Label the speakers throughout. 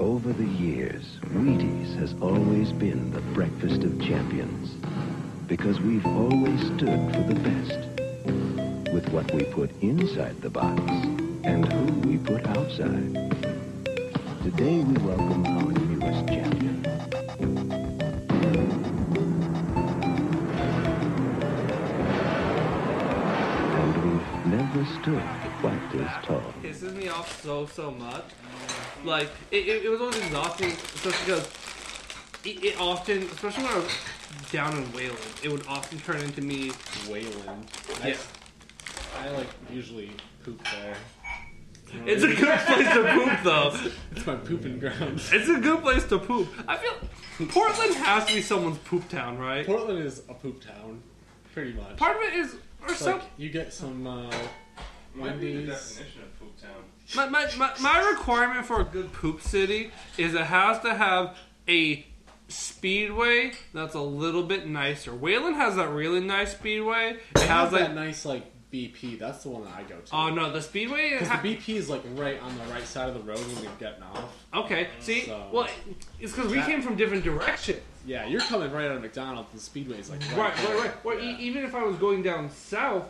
Speaker 1: Over the years, Wheaties has always been the breakfast of champions because we've always stood for the best with what we put inside the box and who we put outside. Today we welcome our newest champion. And we've never stood quite this tall.
Speaker 2: pisses me off so so much. Like it, it, it was always exhausting, especially because it, it often, especially when I was down in Wayland, it would often turn into me.
Speaker 3: Wayland.
Speaker 2: Yeah,
Speaker 3: I, I like usually poop there.
Speaker 2: it's a good place to poop though.
Speaker 3: It's my pooping ground.
Speaker 2: It's a good place to poop. I feel Portland has to be someone's poop town, right?
Speaker 3: Portland is a poop town, pretty much.
Speaker 2: Part of it is, or
Speaker 3: It's
Speaker 2: some.
Speaker 3: like you get some uh,
Speaker 4: Might be the
Speaker 3: Wendy's.
Speaker 4: definition of poop town.
Speaker 2: My, my, my, my requirement for a good poop city is it has to have a speedway that's a little bit nicer. Wayland has that really nice speedway. It
Speaker 3: They have
Speaker 2: has
Speaker 3: that
Speaker 2: like
Speaker 3: nice like BP. That's the one that I go to.
Speaker 2: oh no, the speedway. it
Speaker 3: 'Cause
Speaker 2: ha-
Speaker 3: the BP is like right on the right side of the road when we're getting off.
Speaker 2: okay, see,
Speaker 3: So-
Speaker 2: well, it's because we
Speaker 3: That-
Speaker 2: came from different directions.
Speaker 3: Yeah, you're coming right out of McDonald's and Speedway's like right.
Speaker 2: Right, right,
Speaker 3: there.
Speaker 2: right. Or e-
Speaker 3: Yeah.
Speaker 2: even if I was going down south,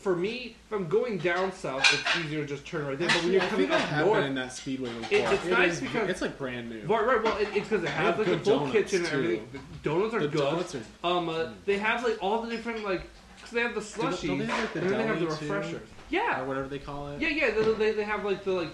Speaker 2: for me, if I'm going down south, it's easier to just turn right there. But when
Speaker 3: Actually,
Speaker 2: you're
Speaker 3: I
Speaker 2: coming
Speaker 3: think I
Speaker 2: up
Speaker 3: have
Speaker 2: north,
Speaker 3: been in that Speedway before.
Speaker 2: it's nice
Speaker 3: is-
Speaker 2: because-
Speaker 3: it's like brand new.
Speaker 2: Right, right. Well, it, it's because it has
Speaker 3: have
Speaker 2: like a
Speaker 3: good
Speaker 2: full
Speaker 3: donuts,
Speaker 2: kitchen and
Speaker 3: too.
Speaker 2: everything. The donuts are
Speaker 3: The
Speaker 2: good.
Speaker 3: donuts are-
Speaker 2: um, uh, they have like all the different like, 'cause they have the
Speaker 3: don't
Speaker 2: slushies
Speaker 3: they have, like, the
Speaker 2: and then they have the
Speaker 3: deli, too?
Speaker 2: refreshers.
Speaker 3: Or
Speaker 2: Yeah,
Speaker 3: whatever they call it.
Speaker 2: yeah, yeah. They, they, they have like the like,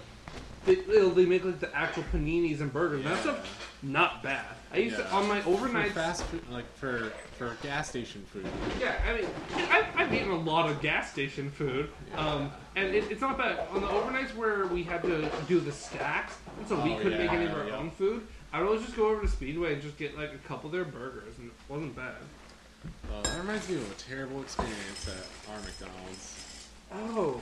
Speaker 2: they, they'll- they make like the actual paninis and burgers. That's
Speaker 3: Yeah.
Speaker 2: not bad. I used to
Speaker 3: Yeah.
Speaker 2: on my
Speaker 3: for
Speaker 2: overnight.
Speaker 3: fast food, like for for gas station food.
Speaker 2: Yeah, I mean, I've, I've eaten a lot of gas station food, um, and it, it's not bad. On the overnights where we had to do the stacks, and so we
Speaker 3: Oh,
Speaker 2: couldn't make any of
Speaker 3: yeah,
Speaker 2: our
Speaker 3: yeah.
Speaker 2: own food, I'd always just go over to Speedway and just get like a couple of their burgers, and it wasn't bad.
Speaker 3: Uh, that reminds me of a terrible experience at our McDonald's.
Speaker 2: Oh,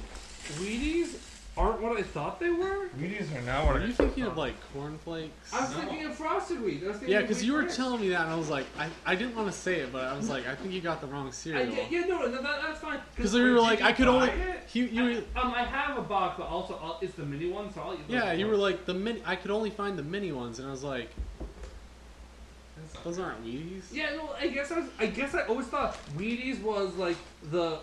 Speaker 2: Wheaties aren't what I thought they were.
Speaker 4: Wheaties are not what
Speaker 3: Were you thinking of like cornflakes?
Speaker 2: I was thinking of frosted wheat. I was thinking
Speaker 3: Yeah,
Speaker 2: of
Speaker 3: because
Speaker 2: Wheat
Speaker 3: you were
Speaker 2: Bix.
Speaker 3: telling me that, and I was like, I, I didn't want to say it, but I was like, I think you got the wrong
Speaker 2: I
Speaker 3: cereal.
Speaker 2: did, yeah, no, no, that, that's fine.
Speaker 3: Because we were
Speaker 2: did
Speaker 3: like,
Speaker 2: you
Speaker 3: I could only.
Speaker 2: buy it?
Speaker 3: You, you,
Speaker 2: Um, I have a box, but also I'll, it's the mini one, so I'll eat.
Speaker 3: yeah,
Speaker 2: those
Speaker 3: you
Speaker 2: ones.
Speaker 3: were like the mini. I could only find the mini ones, and I was like, those aren't Wheaties.
Speaker 2: Yeah, no, I guess I was, I guess I always thought Wheaties was like the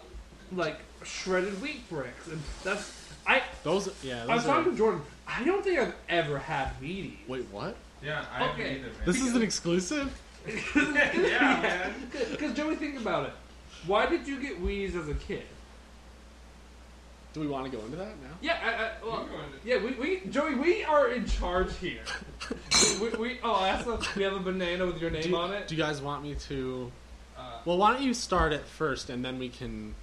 Speaker 2: like shredded wheat bricks, and that's I.
Speaker 3: Those, yeah. Those
Speaker 2: I was
Speaker 3: are,
Speaker 2: talking to Jordan. I don't think I've ever had Wheaties.
Speaker 3: Wait, what?
Speaker 4: Yeah, I haven't
Speaker 2: Okay.
Speaker 4: either, man.
Speaker 3: This is an exclusive.
Speaker 4: yeah, man.
Speaker 2: Because Joey, think about it. Why did you get Wheaties as a kid?
Speaker 3: Do we want to go into that now?
Speaker 2: Yeah, I, I, well,
Speaker 4: You're going to-
Speaker 2: yeah, we, we, Joey, we are in charge here. we, we, we, oh, I also, we have a banana with your name
Speaker 3: Do you,
Speaker 2: on it.
Speaker 3: do you guys want me to?
Speaker 2: Uh,
Speaker 3: Well, why don't you start it first, and then we can.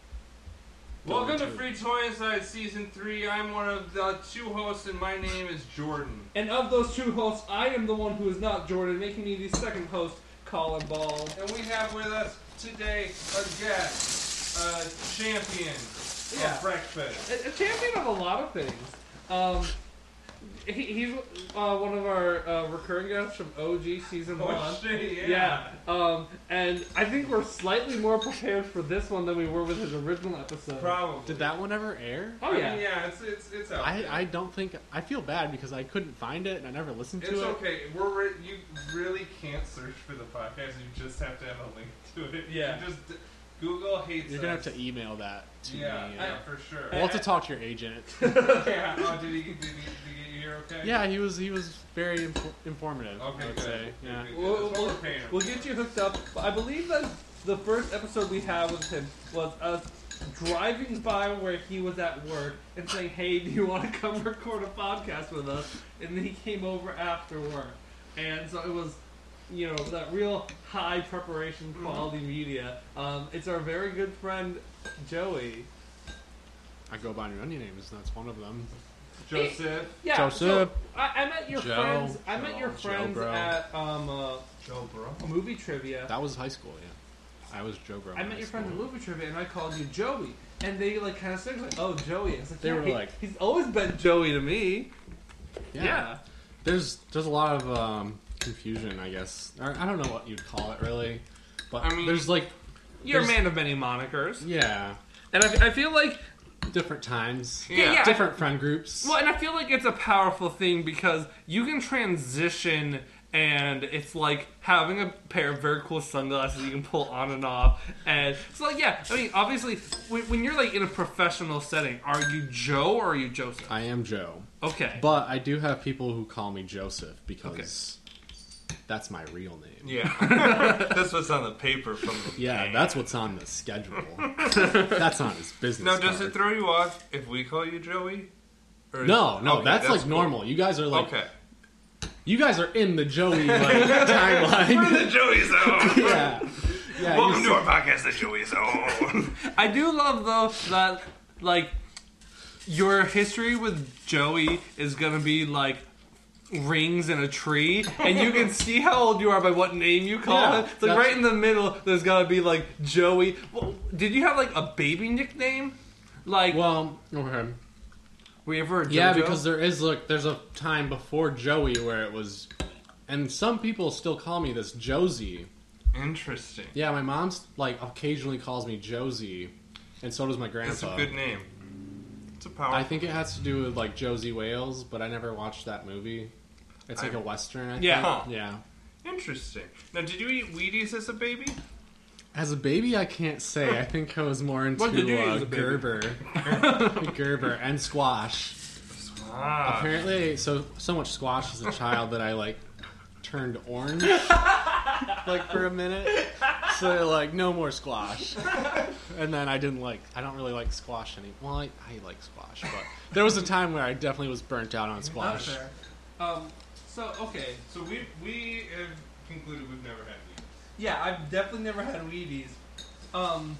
Speaker 3: go
Speaker 4: Welcome to
Speaker 3: into-
Speaker 4: Free Toy Inside Season 3. I'm one of the two hosts, and my name is Jordan.
Speaker 2: and of those two hosts, I am the one who is not Jordan, making me the second host, Colin Ball.
Speaker 4: And we have with us today a guest, a champion
Speaker 2: Yeah.
Speaker 4: of breakfast.
Speaker 2: a, a champion of a lot of things. Um, he, he's uh, one of our uh, recurring guests from OG season
Speaker 4: Oh,
Speaker 2: one.
Speaker 4: shit, yeah.
Speaker 2: Um, and I think we're slightly more prepared for this one than we were with his original episode.
Speaker 4: Probably.
Speaker 3: Did that one ever air?
Speaker 2: oh
Speaker 4: I mean,
Speaker 2: yeah.
Speaker 4: yeah, it's, it's, it's out
Speaker 3: I,
Speaker 4: there.
Speaker 3: I don't think I feel bad because I couldn't find it and I never listened to
Speaker 4: It's
Speaker 3: it.
Speaker 4: okay. We're re- you really can't search for the podcast. You just have to have a link to it.
Speaker 2: Yeah.
Speaker 4: You just Google hates.
Speaker 3: You're gonna
Speaker 4: us.
Speaker 3: have to email that to
Speaker 4: Yeah,
Speaker 3: me.
Speaker 4: yeah,
Speaker 3: uh,
Speaker 4: for sure.
Speaker 3: We'll have to talk to your agent.
Speaker 4: yeah. Oh, did he, did he, did he get you here okay?
Speaker 3: yeah, he was he was very inf- informative.
Speaker 4: Okay,
Speaker 3: I would
Speaker 4: good.
Speaker 3: say.
Speaker 4: Good,
Speaker 3: Yeah.
Speaker 4: good, good.
Speaker 2: We'll,
Speaker 4: That's what
Speaker 2: we'll-
Speaker 4: we're paying him
Speaker 2: we'll
Speaker 4: for.
Speaker 2: get you hooked up. I believe that the first episode we had with him was us driving by where he was at work and saying, "Hey, do you want to come record a podcast with us?" And then he came over after work, and so it was, you know, that real high preparation quality media. Um, it's our very good friend Joey.
Speaker 3: I go by your onion names. and That's one of them.
Speaker 4: Joseph.
Speaker 2: Yeah,
Speaker 3: Joseph.
Speaker 2: so I, I met your
Speaker 3: Joe.
Speaker 2: friends. I met your
Speaker 3: Joe,
Speaker 2: friends
Speaker 3: bro.
Speaker 2: at um, uh,
Speaker 4: Joe Bro.
Speaker 2: movie trivia.
Speaker 3: That was high school. Yeah. I was Joe Bro.
Speaker 2: I
Speaker 3: in
Speaker 2: met
Speaker 3: high
Speaker 2: your friend at
Speaker 3: school.
Speaker 2: movie trivia, and I called you Joey, and they like kind of said like, "Oh, Joey." I was like,
Speaker 3: They
Speaker 2: "Yeah,
Speaker 3: were
Speaker 2: he-
Speaker 3: like-
Speaker 2: "He's always been Joey to me." Yeah.
Speaker 3: There's there's a lot of um, confusion, I guess. Or I don't know what you'd call it really, but
Speaker 2: I mean-
Speaker 3: there's like
Speaker 2: you're a
Speaker 3: There's-
Speaker 2: man of many monikers,
Speaker 3: yeah.
Speaker 2: and I, I feel like
Speaker 3: different times,
Speaker 2: Yeah. yeah.
Speaker 3: different friend groups.
Speaker 2: Well, and I feel like it's a powerful thing because you can transition, and it's like having a pair of very cool sunglasses you can pull on and off. And so, like, yeah, I mean, obviously, when, when you're like in a professional setting, are you Joe or are you Joseph?
Speaker 3: I am Joe,
Speaker 2: Okay,
Speaker 3: but I do have people who call me Joseph because that's my real name.
Speaker 5: Yeah, that's what's on the paper from the.
Speaker 3: Yeah,
Speaker 5: plan.
Speaker 3: that's what's on the schedule. that's not his business.
Speaker 5: Now, does
Speaker 3: card.
Speaker 5: it throw you off if we call you Joey? Or is-
Speaker 3: no, no,
Speaker 5: Okay,
Speaker 3: that's, like
Speaker 5: cool.
Speaker 3: normal. You guys are like,
Speaker 5: Okay,
Speaker 3: you guys are in the Joey like, timeline.
Speaker 5: the Joey Zone.
Speaker 3: yeah, yeah.
Speaker 5: Welcome
Speaker 3: you-
Speaker 5: to our podcast, the Joey Zone.
Speaker 2: I do love though that like your history with Joey is gonna be like. Rings in a tree, and you can see how old you are by what name you call
Speaker 3: Yeah,
Speaker 2: it. It's like
Speaker 3: that's-
Speaker 2: right in the middle. There's gotta be like Joey. Well, did you have like a baby nickname? Like
Speaker 3: well, okay.
Speaker 2: were you ever a
Speaker 3: Yeah,
Speaker 2: JoJo?
Speaker 3: because there is look, there's a time before Joey where it was, and some people still call me this Josie.
Speaker 5: Interesting.
Speaker 3: Yeah, my mom's like occasionally calls me Josie, and so does my grandpa.
Speaker 5: That's a good name. It's a power.
Speaker 3: I think it has to do with like Josie Wales, but I never watched that movie. It's like
Speaker 5: I-
Speaker 3: a western. I
Speaker 2: Yeah.
Speaker 3: think.
Speaker 5: Huh.
Speaker 3: yeah.
Speaker 5: Interesting. Now, did you eat Wheaties as a baby?
Speaker 3: As a baby, I can't say. I think I was more into
Speaker 2: What did you eat
Speaker 3: uh,
Speaker 2: as a baby?
Speaker 3: Gerber, Gerber, and squash.
Speaker 2: Uh.
Speaker 5: Ah,
Speaker 3: Apparently, I ate so so much squash as a child that I like turned orange, like for a minute. So like no more squash, and then I didn't like. I don't really like squash anymore. Well, I, I like squash, but there was a time where I definitely was burnt out on squash.
Speaker 4: Not fair.
Speaker 2: um, so okay,
Speaker 4: So we we have concluded we've never had Wheaties.
Speaker 2: yeah, I've definitely never had Wheaties. Um,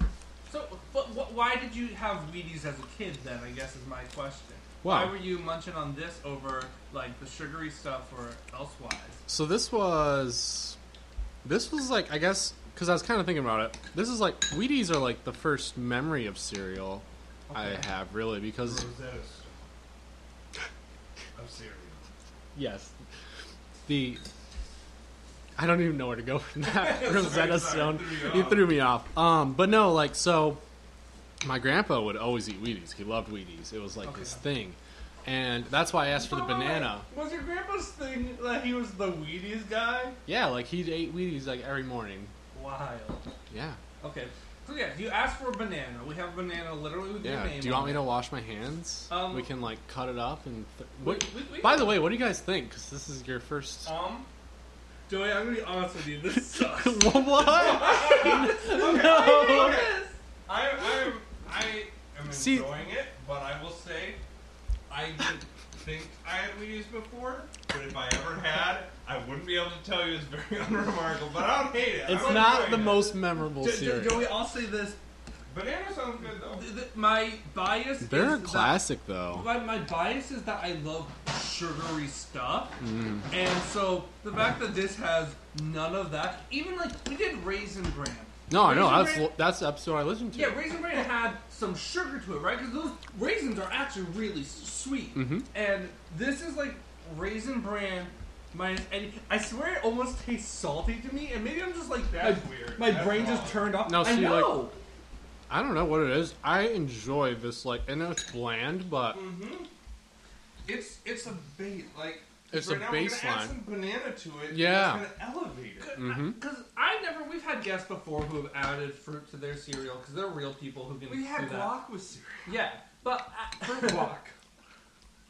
Speaker 2: so but wh- why did you have Wheaties as a kid then? I guess is my question.
Speaker 3: Wow.
Speaker 2: Why were you munching on this over like the sugary stuff or elsewise?
Speaker 3: So this was, this was like I guess because I was kind of thinking about it. This is like Wheaties are like the first memory of cereal I have really because
Speaker 4: Rosetta Stone. Of cereal.
Speaker 3: yes, the I don't even know where to go from that
Speaker 4: sorry,
Speaker 3: Rosetta Stone.
Speaker 4: threw you
Speaker 3: You
Speaker 4: off.
Speaker 3: threw me off. Um, but no, like so, my grandpa would always eat Wheaties. He loved Wheaties. It was like his thing, and that's why I asked for the
Speaker 2: Wait, wait, wait.
Speaker 3: banana.
Speaker 2: Oh, Was your grandpa's thing that he was the Wheaties guy?
Speaker 3: Yeah, like he ate Wheaties like every morning.
Speaker 2: Wild.
Speaker 3: Yeah,
Speaker 2: Okay. So yeah, you asked for a banana. We have a banana literally with your
Speaker 3: yeah.
Speaker 2: name.
Speaker 3: Do you
Speaker 2: on
Speaker 3: want me
Speaker 2: it.
Speaker 3: to wash my hands?
Speaker 2: Um,
Speaker 3: we can like cut it up and. Th- what,
Speaker 2: We- we- we-
Speaker 3: by the way, what do you guys think? Because this is your first.
Speaker 4: Um,
Speaker 2: Joey, I'm gonna be honest with you. This sucks.
Speaker 3: what?
Speaker 2: no.
Speaker 4: I I'm, I am
Speaker 3: See-
Speaker 4: enjoying it, but I will say, I didn't think I had Wheaties before. But if I ever had, I wouldn't be able to tell you. It's very unremarkable. But I don't hate it.
Speaker 3: It's
Speaker 4: I'm
Speaker 3: not the
Speaker 4: enjoying it.
Speaker 3: most memorable
Speaker 2: Jo- Jo-
Speaker 3: cereal.
Speaker 2: Joey, I'll say this.
Speaker 4: Banana sounds good though.
Speaker 2: Th- th- my bias.
Speaker 3: They're a
Speaker 2: is
Speaker 3: classic
Speaker 2: That,
Speaker 3: though.
Speaker 2: my, my bias is that I love sugary stuff,
Speaker 3: Mm.
Speaker 2: and so the fact that this has none of that, even like we did raisin bran.
Speaker 3: No, I know
Speaker 2: Raisin
Speaker 3: that's
Speaker 2: Bran-
Speaker 3: that's the episode I listened to.
Speaker 2: Yeah, raisin bran had some sugar to it, right? Because those raisins are actually really s- sweet.
Speaker 3: Mm-hmm.
Speaker 2: And this is like raisin bran minus any. I swear it almost tastes salty to me. And maybe I'm just like that.
Speaker 4: That's weird.
Speaker 2: My
Speaker 4: That's
Speaker 2: brain
Speaker 4: wrong.
Speaker 2: just turned off.
Speaker 3: No,
Speaker 2: I
Speaker 3: see, like-
Speaker 2: know.
Speaker 3: I don't know what it is. I enjoy this like I know it's bland, but
Speaker 4: It's it's a bait. Like
Speaker 3: It's
Speaker 4: right
Speaker 3: a
Speaker 4: now we're gonna
Speaker 3: baseline.
Speaker 4: add some banana to it. and
Speaker 3: Yeah.
Speaker 4: It's gonna elevate it.
Speaker 2: Because I never, we've had guests before who have added fruit to their cereal because they're real people who can
Speaker 4: We
Speaker 2: do
Speaker 4: had
Speaker 2: that.
Speaker 4: guac with cereal.
Speaker 2: Yeah, but fruit guac.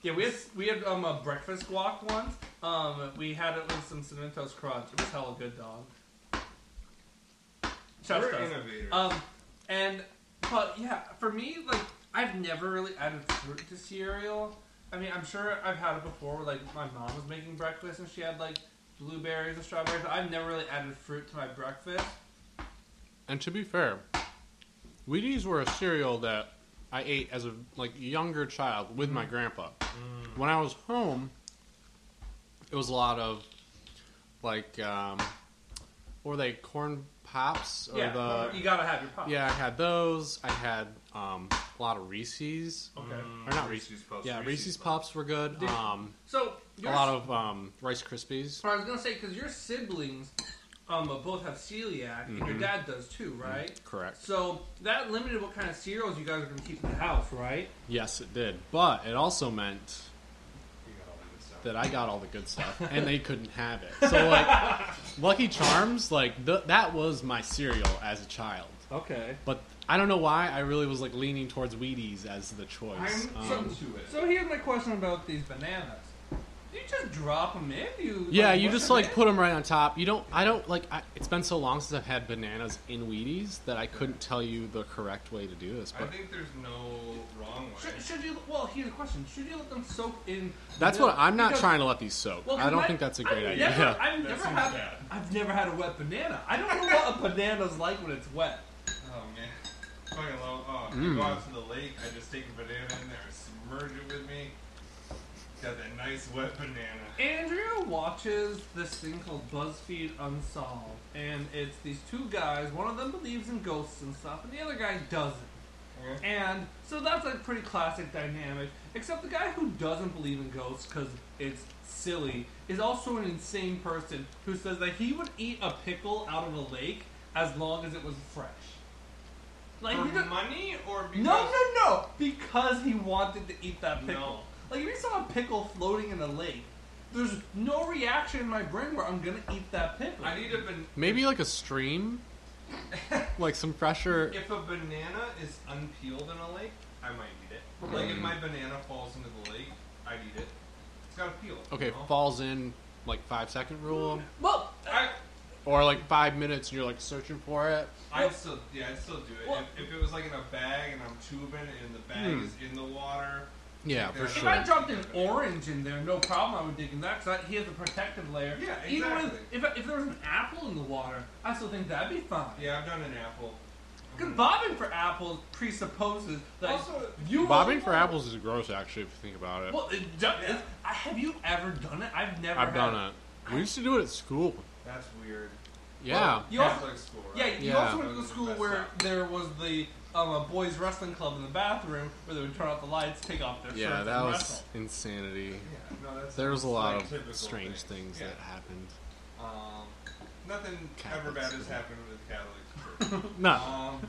Speaker 2: Yeah, we had we had um, a breakfast guac once. Um, we had it with some cinnamon toast crunch. It was hella good, dog. Shout out
Speaker 4: We're
Speaker 2: to us.
Speaker 4: innovators.
Speaker 2: Um, and but yeah, for me, like I've never really added fruit to cereal. I mean, I'm sure I've had it before. Where, like my mom was making breakfast and she had like blueberries and strawberries. I've never really added fruit to my breakfast.
Speaker 3: and to be fair, Wheaties were a cereal that I ate as a like younger child with my grandpa. When I was home, it was a lot of like um, what were they corn pops or
Speaker 2: yeah,
Speaker 3: the
Speaker 2: you gotta have your pop.
Speaker 3: yeah I had those. I had um, a lot of Reese's
Speaker 2: Okay.
Speaker 3: or not Reese's.
Speaker 5: Reese's Puffs.
Speaker 3: Yeah, Reese's, Pops, were good.
Speaker 2: Did-
Speaker 3: Um,
Speaker 2: So
Speaker 3: a lot of um, Rice Krispies.
Speaker 2: So I was gonna say because your siblings um, uh, both have celiac, and your dad does too, right?
Speaker 3: Mm-hmm. Correct.
Speaker 2: So that limited what kind of cereals you guys are going to keep in the house, right?
Speaker 3: Yes, it did. But it also meant
Speaker 4: You got all the good stuff.
Speaker 3: that I got all the good stuff, and they couldn't have it. So like, Lucky Charms, like th- that was my cereal as a child.
Speaker 2: Okay.
Speaker 3: But I don't know why I really was like leaning towards Wheaties as the choice.
Speaker 2: I'm
Speaker 3: Um,
Speaker 2: so,
Speaker 4: to it.
Speaker 2: so here's my question about these bananas. You just drop them in, you.
Speaker 3: yeah,
Speaker 2: like,
Speaker 3: you
Speaker 2: what's
Speaker 3: just
Speaker 2: them
Speaker 3: like
Speaker 2: in?
Speaker 3: put them right on top. You don't. I don't like. I, it's been so long since I've had bananas in Wheaties that I couldn't tell you the correct way to do this.
Speaker 4: I
Speaker 3: But
Speaker 4: think there's no wrong way.
Speaker 2: Should, should you? Well, here's the question: Should you let them soak in?
Speaker 3: that's
Speaker 2: milk?
Speaker 3: what I'm not
Speaker 2: Because-
Speaker 3: trying to let these soak.
Speaker 2: Well,
Speaker 3: I don't
Speaker 2: my-
Speaker 3: think that's a great
Speaker 2: I've
Speaker 3: idea.
Speaker 2: Never, I've
Speaker 4: That
Speaker 2: never
Speaker 4: seems
Speaker 2: had.
Speaker 4: bad.
Speaker 2: I've never had a wet banana. I don't know what a banana's like when it's wet.
Speaker 4: Oh man, fucking love. Oh, if I go
Speaker 3: Mm.
Speaker 4: out to the lake. I just take a banana in there, submerge it with me. Got that nice wet banana.
Speaker 2: Andrea watches this thing called BuzzFeed Unsolved, and it's these two guys. One of them believes in ghosts and stuff, and the other guy doesn't.
Speaker 4: Okay.
Speaker 2: And so that's a pretty classic dynamic. Except the guy who doesn't believe in ghosts because it's silly is also an insane person who says that he would eat a pickle out of a lake as long as it was fresh. Like
Speaker 4: For
Speaker 2: he does-
Speaker 4: money or because
Speaker 2: no, no, no, because he wanted to eat that pickle.
Speaker 4: No.
Speaker 2: Like if you saw a pickle floating in a lake, there's no reaction in my brain where I'm gonna eat that pickle.
Speaker 4: I need a ban-
Speaker 3: Maybe like a stream, like some pressure.
Speaker 4: If a banana is unpeeled in a lake, I might eat it. Like if my banana falls into the lake, I'd eat it. It's got to peel.
Speaker 3: Okay,
Speaker 4: You know?
Speaker 3: falls in like five second rule,
Speaker 2: well,
Speaker 4: I,
Speaker 3: or like five minutes, and you're like searching for it.
Speaker 4: I'd still, yeah, I'd still do it.
Speaker 2: Well-
Speaker 4: if, if it was like in a bag and I'm tubing and the bag
Speaker 3: Hmm.
Speaker 4: is in the water,
Speaker 3: Yeah, for
Speaker 4: If
Speaker 2: If
Speaker 3: sure.
Speaker 2: I dropped an orange in there, no problem. I would dig in that because he has a protective layer.
Speaker 4: Yeah,
Speaker 2: Even
Speaker 4: exactly.
Speaker 2: with, if, if there was an apple in the water, I still think that'd be fine.
Speaker 4: yeah, I've done an apple.
Speaker 2: Because bobbing for apples presupposes that
Speaker 4: Also,
Speaker 2: you.
Speaker 3: Bobbing for apples is gross, actually, if you think about it.
Speaker 2: Well, it, do- it's- I- have you ever done it? I've never.
Speaker 3: I've done
Speaker 2: had
Speaker 3: it. We used to do it at school.
Speaker 4: That's weird.
Speaker 3: Yeah.
Speaker 2: You also,
Speaker 4: Catholic school,
Speaker 2: yeah,
Speaker 4: right?
Speaker 2: you
Speaker 3: Yeah.
Speaker 2: also went to the school where there was the um, a boys wrestling club in the bathroom where they would turn out the lights, take off their
Speaker 3: Yeah,
Speaker 2: shirts,
Speaker 3: that
Speaker 2: and
Speaker 3: was
Speaker 2: wrestle.
Speaker 3: insanity.
Speaker 4: Yeah, no, that's
Speaker 3: There was a
Speaker 4: that's
Speaker 3: lot
Speaker 4: like
Speaker 3: of
Speaker 4: typical
Speaker 3: strange things
Speaker 4: Yeah.
Speaker 3: that happened.
Speaker 4: Um, nothing ever
Speaker 3: Catholic
Speaker 4: bad has
Speaker 3: school.
Speaker 4: happened with Catholic church.
Speaker 3: No,
Speaker 4: um,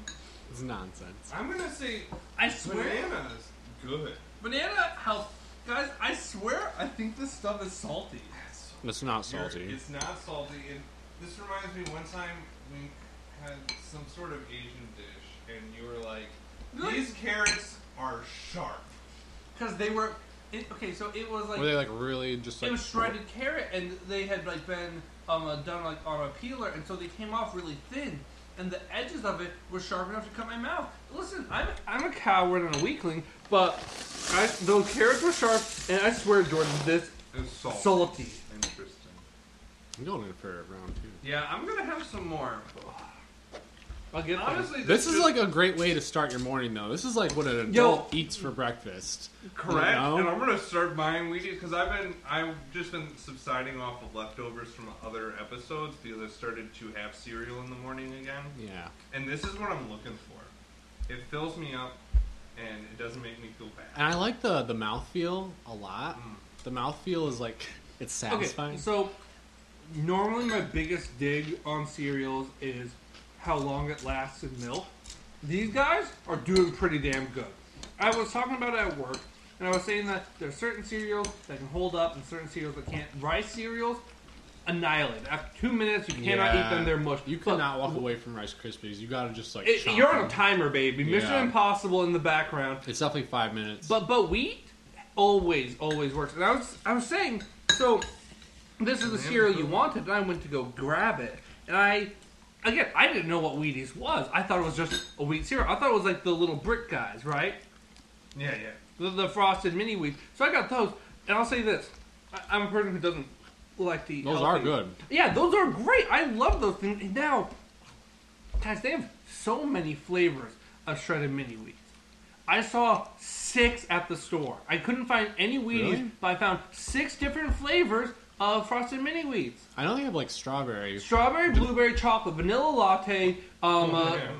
Speaker 3: it's nonsense.
Speaker 4: I'm gonna say
Speaker 2: I swear.
Speaker 4: bananas. Good.
Speaker 2: Banana help. Guys, I swear I think this stuff is salty.
Speaker 3: It's not
Speaker 4: You're-
Speaker 3: salty.
Speaker 4: It's not salty. And this reminds me one time we had some sort of Asian dish, and you were like,
Speaker 2: Really?
Speaker 4: "These carrots are sharp."
Speaker 2: Because they were. It, okay, so it was like.
Speaker 3: Were they like really just like
Speaker 2: it was shredded carrot, and they had like been um, uh, done like on a peeler, and so they came off really thin, and the edges of it were sharp enough to cut my mouth. Listen, I'm I'm a coward and a weakling, but I, those carrots were sharp, and I swear, Jordan, this
Speaker 5: It's salt.
Speaker 2: salty.
Speaker 5: Interesting.
Speaker 3: I'm going in for round two.
Speaker 4: Yeah, I'm gonna have some more.
Speaker 2: I'll get
Speaker 4: Honestly,
Speaker 3: This is like a great way to start your morning, though. This is like what an adult eats for breakfast.
Speaker 5: Correct.
Speaker 3: No.
Speaker 5: And I'm gonna start buying Wheaties because I've been I've just been subsiding off of leftovers from other episodes because I started to have cereal in the morning again.
Speaker 3: Yeah.
Speaker 5: And this is what I'm looking for. It fills me up and it doesn't make me feel bad.
Speaker 3: And I like the the mouthfeel a lot. The mouthfeel is like it's satisfying.
Speaker 2: Mm. Okay, so normally my biggest dig on cereals is how long it lasts in milk. These guys are doing pretty damn good. I was talking about it at work, and I was saying that there are certain cereals that can hold up and certain cereals that can't. Rice cereals annihilate. After two minutes, you cannot
Speaker 3: Yeah.
Speaker 2: eat them. They're mush.
Speaker 3: You
Speaker 2: Look,
Speaker 3: cannot walk away from Rice Krispies. You gotta just like.
Speaker 2: it-
Speaker 3: chomp
Speaker 2: you're on a
Speaker 3: them.
Speaker 2: timer, baby. Mission
Speaker 3: Yeah.
Speaker 2: Impossible in the background.
Speaker 3: It's definitely five minutes.
Speaker 2: But but wheat always always works. And I was I was saying so. This is the cereal you wanted, and I went to go grab it, and I again I didn't know what Wheaties was. I thought it was just a wheat cereal. I thought it was like the little brick guys, right?
Speaker 5: Yeah, yeah.
Speaker 2: The, the frosted mini wheats. So I got those, and I'll say this: I, I'm a person who doesn't like to eat.
Speaker 3: Those are
Speaker 2: healthy.
Speaker 3: good.
Speaker 2: Yeah, those are great. I love those things. And now, guys, they have so many flavors of shredded mini wheats. I saw six at the store. I couldn't find any Wheaties,
Speaker 3: Really?
Speaker 2: but I found six different flavors of frosted mini wheats:
Speaker 3: I know they have like strawberry.
Speaker 2: strawberry, blueberry, chocolate, vanilla latte, um, uh,
Speaker 4: Yeah.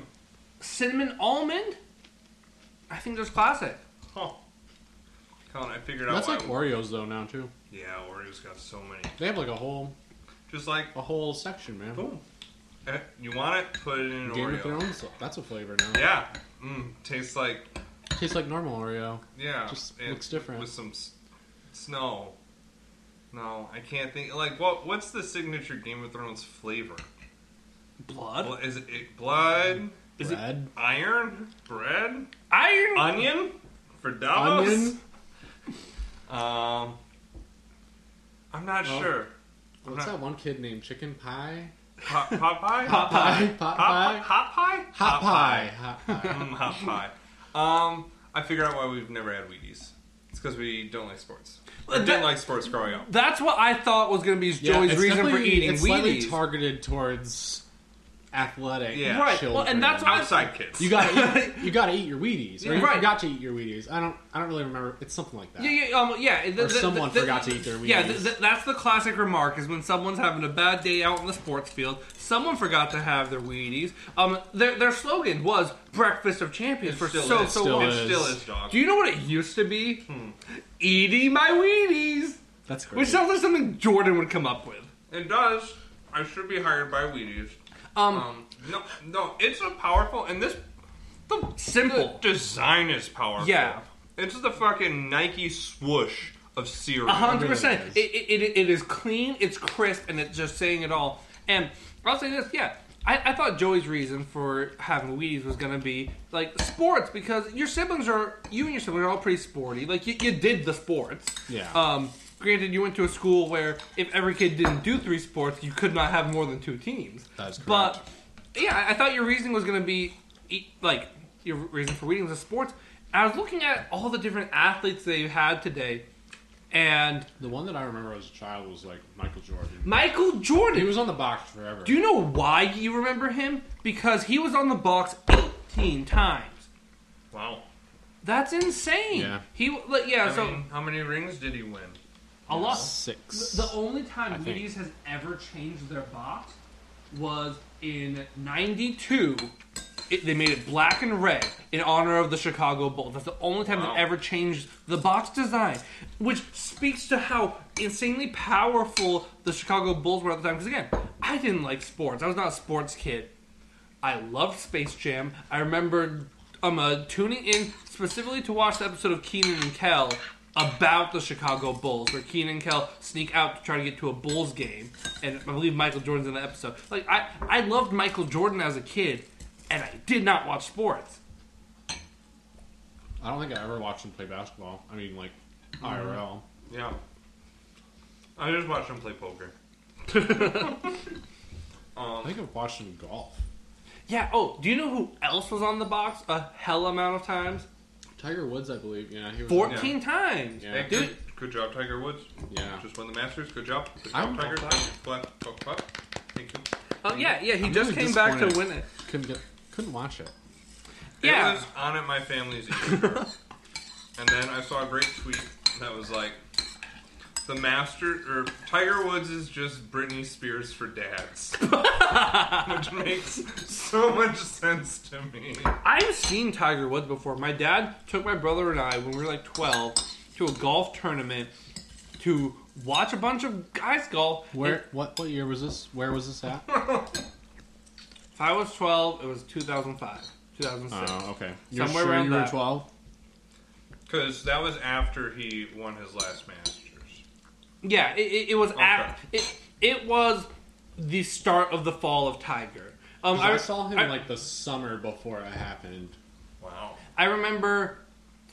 Speaker 2: cinnamon almond. I think that's classic.
Speaker 5: Huh. Colin, I figured out
Speaker 3: That's
Speaker 5: why
Speaker 3: like Oreos though now too.
Speaker 5: Yeah, Oreo's got so many.
Speaker 3: They have like a whole
Speaker 5: Just like
Speaker 3: a whole section, man.
Speaker 5: boom. Eh, You want it? Put it in an
Speaker 3: Game of
Speaker 5: Oreo.
Speaker 3: Thrones. That's a flavor now.
Speaker 5: Yeah. Mm, tastes like
Speaker 3: Tastes like normal Oreo.
Speaker 5: yeah.
Speaker 3: Just
Speaker 5: and
Speaker 3: looks different.
Speaker 5: with some s- snow. No, I can't think. Like, what? What's the signature Game of Thrones flavor?
Speaker 2: Blood?
Speaker 5: Bl- Is it, it blood,
Speaker 2: Is it
Speaker 3: Bread.
Speaker 5: iron, bread,
Speaker 2: iron?
Speaker 5: onion, for Davos?
Speaker 3: Onion.
Speaker 5: Um, I'm not
Speaker 3: Oh.
Speaker 5: sure.
Speaker 3: What's that one kid named Chicken Pie?
Speaker 5: Pop, Popeye?
Speaker 2: Pop pie.
Speaker 3: Pie. Pot
Speaker 5: Hot,
Speaker 3: pie.
Speaker 5: hot pie?
Speaker 3: Hot pie. Hot pie.
Speaker 5: Mm, hot pie. Um, I figure out why we've never had Wheaties. It's because we don't like sports. Or
Speaker 2: Uh,
Speaker 5: didn't
Speaker 2: that-
Speaker 5: like sports growing up.
Speaker 2: That's what I thought was going to be
Speaker 3: Yeah,
Speaker 2: Joey's
Speaker 3: it's
Speaker 2: reason for
Speaker 3: definitely-
Speaker 2: eating
Speaker 3: it's slightly
Speaker 2: Wheaties.
Speaker 3: targeted towards athletic
Speaker 5: Yeah.
Speaker 2: right.
Speaker 3: children.
Speaker 2: Well, and that's why
Speaker 5: Outside kids.
Speaker 3: You gotta eat, you gotta eat your Wheaties. Or you
Speaker 2: Right.
Speaker 3: forgot to eat your Wheaties. I don't I don't really remember. It's something like that.
Speaker 2: Yeah, yeah, um, yeah. The,
Speaker 3: Or someone forgot to eat their
Speaker 2: Yeah,
Speaker 3: Wheaties.
Speaker 2: th- th- that's the classic remark is when someone's having a bad day out in the sports field, someone forgot to have their Wheaties. Um, their, their slogan was "Breakfast of Champions" for
Speaker 5: still
Speaker 2: so
Speaker 5: is.
Speaker 2: so
Speaker 3: Still
Speaker 2: long.
Speaker 5: it
Speaker 3: is. Hmm.
Speaker 5: still is, dog.
Speaker 2: Do you know what it used to be? Eating my Wheaties,
Speaker 3: That's
Speaker 2: which
Speaker 3: great.
Speaker 2: sounds like something Jordan would come up with.
Speaker 5: it does. I should be hired by Wheaties.
Speaker 2: Um,
Speaker 5: Um, no, no, it's a powerful, and this
Speaker 2: the simple.
Speaker 5: design is powerful.
Speaker 2: Yeah.
Speaker 5: It's the fucking Nike swoosh of cereal.
Speaker 2: A hundred percent.
Speaker 3: really is.
Speaker 2: It, it, it, it is clean. It's crisp, and it's just saying it all. And I'll say this, yeah. I, I thought Joey's reason for having Wheaties was gonna be like sports because your siblings are you and your siblings are all pretty sporty. Like you, you did the sports.
Speaker 3: Yeah.
Speaker 2: Um. Granted, you went to a school where if every kid didn't do three sports, you could not have more than two teams.
Speaker 3: That's correct.
Speaker 2: But yeah, I- I thought your reasoning was going to be e- like your reason for reading was sports. I was looking at all the different athletes they've had today, and
Speaker 3: the one that I remember as a child was like Michael Jordan.
Speaker 2: Michael Jordan.
Speaker 3: He was on the box forever.
Speaker 2: Do you know why you remember him? Because he was on the box 18 times.
Speaker 5: Wow.
Speaker 2: That's insane.
Speaker 3: Yeah.
Speaker 2: He like yeah.
Speaker 5: I
Speaker 2: Uh, so
Speaker 5: mean, how many rings did he win?
Speaker 2: a lot.
Speaker 3: six.
Speaker 2: The only time
Speaker 3: think.
Speaker 2: Wheaties has ever changed their box was in '92. It, they made it black and red in honor of the Chicago Bulls. That's the only time
Speaker 5: Wow.
Speaker 2: they ever changed the box design, which speaks to how insanely powerful the Chicago Bulls were at the time. Because again, I didn't like sports. I was not a sports kid. I loved Space Jam. I remember um, uh, tuning in specifically to watch the episode of Keenan and Kel about the Chicago Bulls, where Keenan and Kel sneak out to try to get to a Bulls game, and I believe Michael Jordan's in the episode. Like I, I loved Michael Jordan as a kid, and I did not watch sports.
Speaker 3: I don't think I ever watched him play basketball. I mean, like IRL.
Speaker 5: Yeah. I just watched him play poker.
Speaker 3: I think I've watched him golf.
Speaker 2: Yeah. Oh, do you know who else was on the box a hell amount of times?
Speaker 3: Tiger Woods, I believe. Yeah, he was.
Speaker 2: Fourteen times.
Speaker 3: Yeah.
Speaker 5: Hey,
Speaker 2: Dude,
Speaker 5: good, good job, Tiger Woods.
Speaker 3: Yeah.
Speaker 5: Just won the Masters. Good job. Good job,
Speaker 3: I'm-
Speaker 5: Tiger.
Speaker 3: I'm-
Speaker 5: Clap, clap, clap. Thank you.
Speaker 2: oh yeah, yeah. He
Speaker 3: I'm
Speaker 2: just
Speaker 3: really
Speaker 2: came back to
Speaker 3: disappointed.
Speaker 2: win it.
Speaker 3: Couldn't get, couldn't watch it.
Speaker 2: Yeah.
Speaker 5: It was on at my family's Easter. dinner. and then I saw a great tweet that was like, the master or Tiger Woods is just Britney Spears for dads, which makes so much sense to me.
Speaker 2: I've seen Tiger Woods before. My dad took my brother and I when we were like 12 to a golf tournament to watch a bunch of guys golf.
Speaker 3: Where?
Speaker 2: And
Speaker 3: what? What year was this? Where was this at?
Speaker 2: If I was 12, it was 2005, 2006.
Speaker 3: Oh, okay. You're
Speaker 2: Somewhere
Speaker 3: sure
Speaker 2: around
Speaker 3: you were
Speaker 2: that.
Speaker 3: twelve.
Speaker 5: Because that was after he won his last Masters.
Speaker 2: Yeah, it, it, it was at it, it was the start of the fall of Tiger. Um,
Speaker 3: I, saw him
Speaker 2: I-
Speaker 3: like the summer before it happened.
Speaker 5: Wow.
Speaker 2: I remember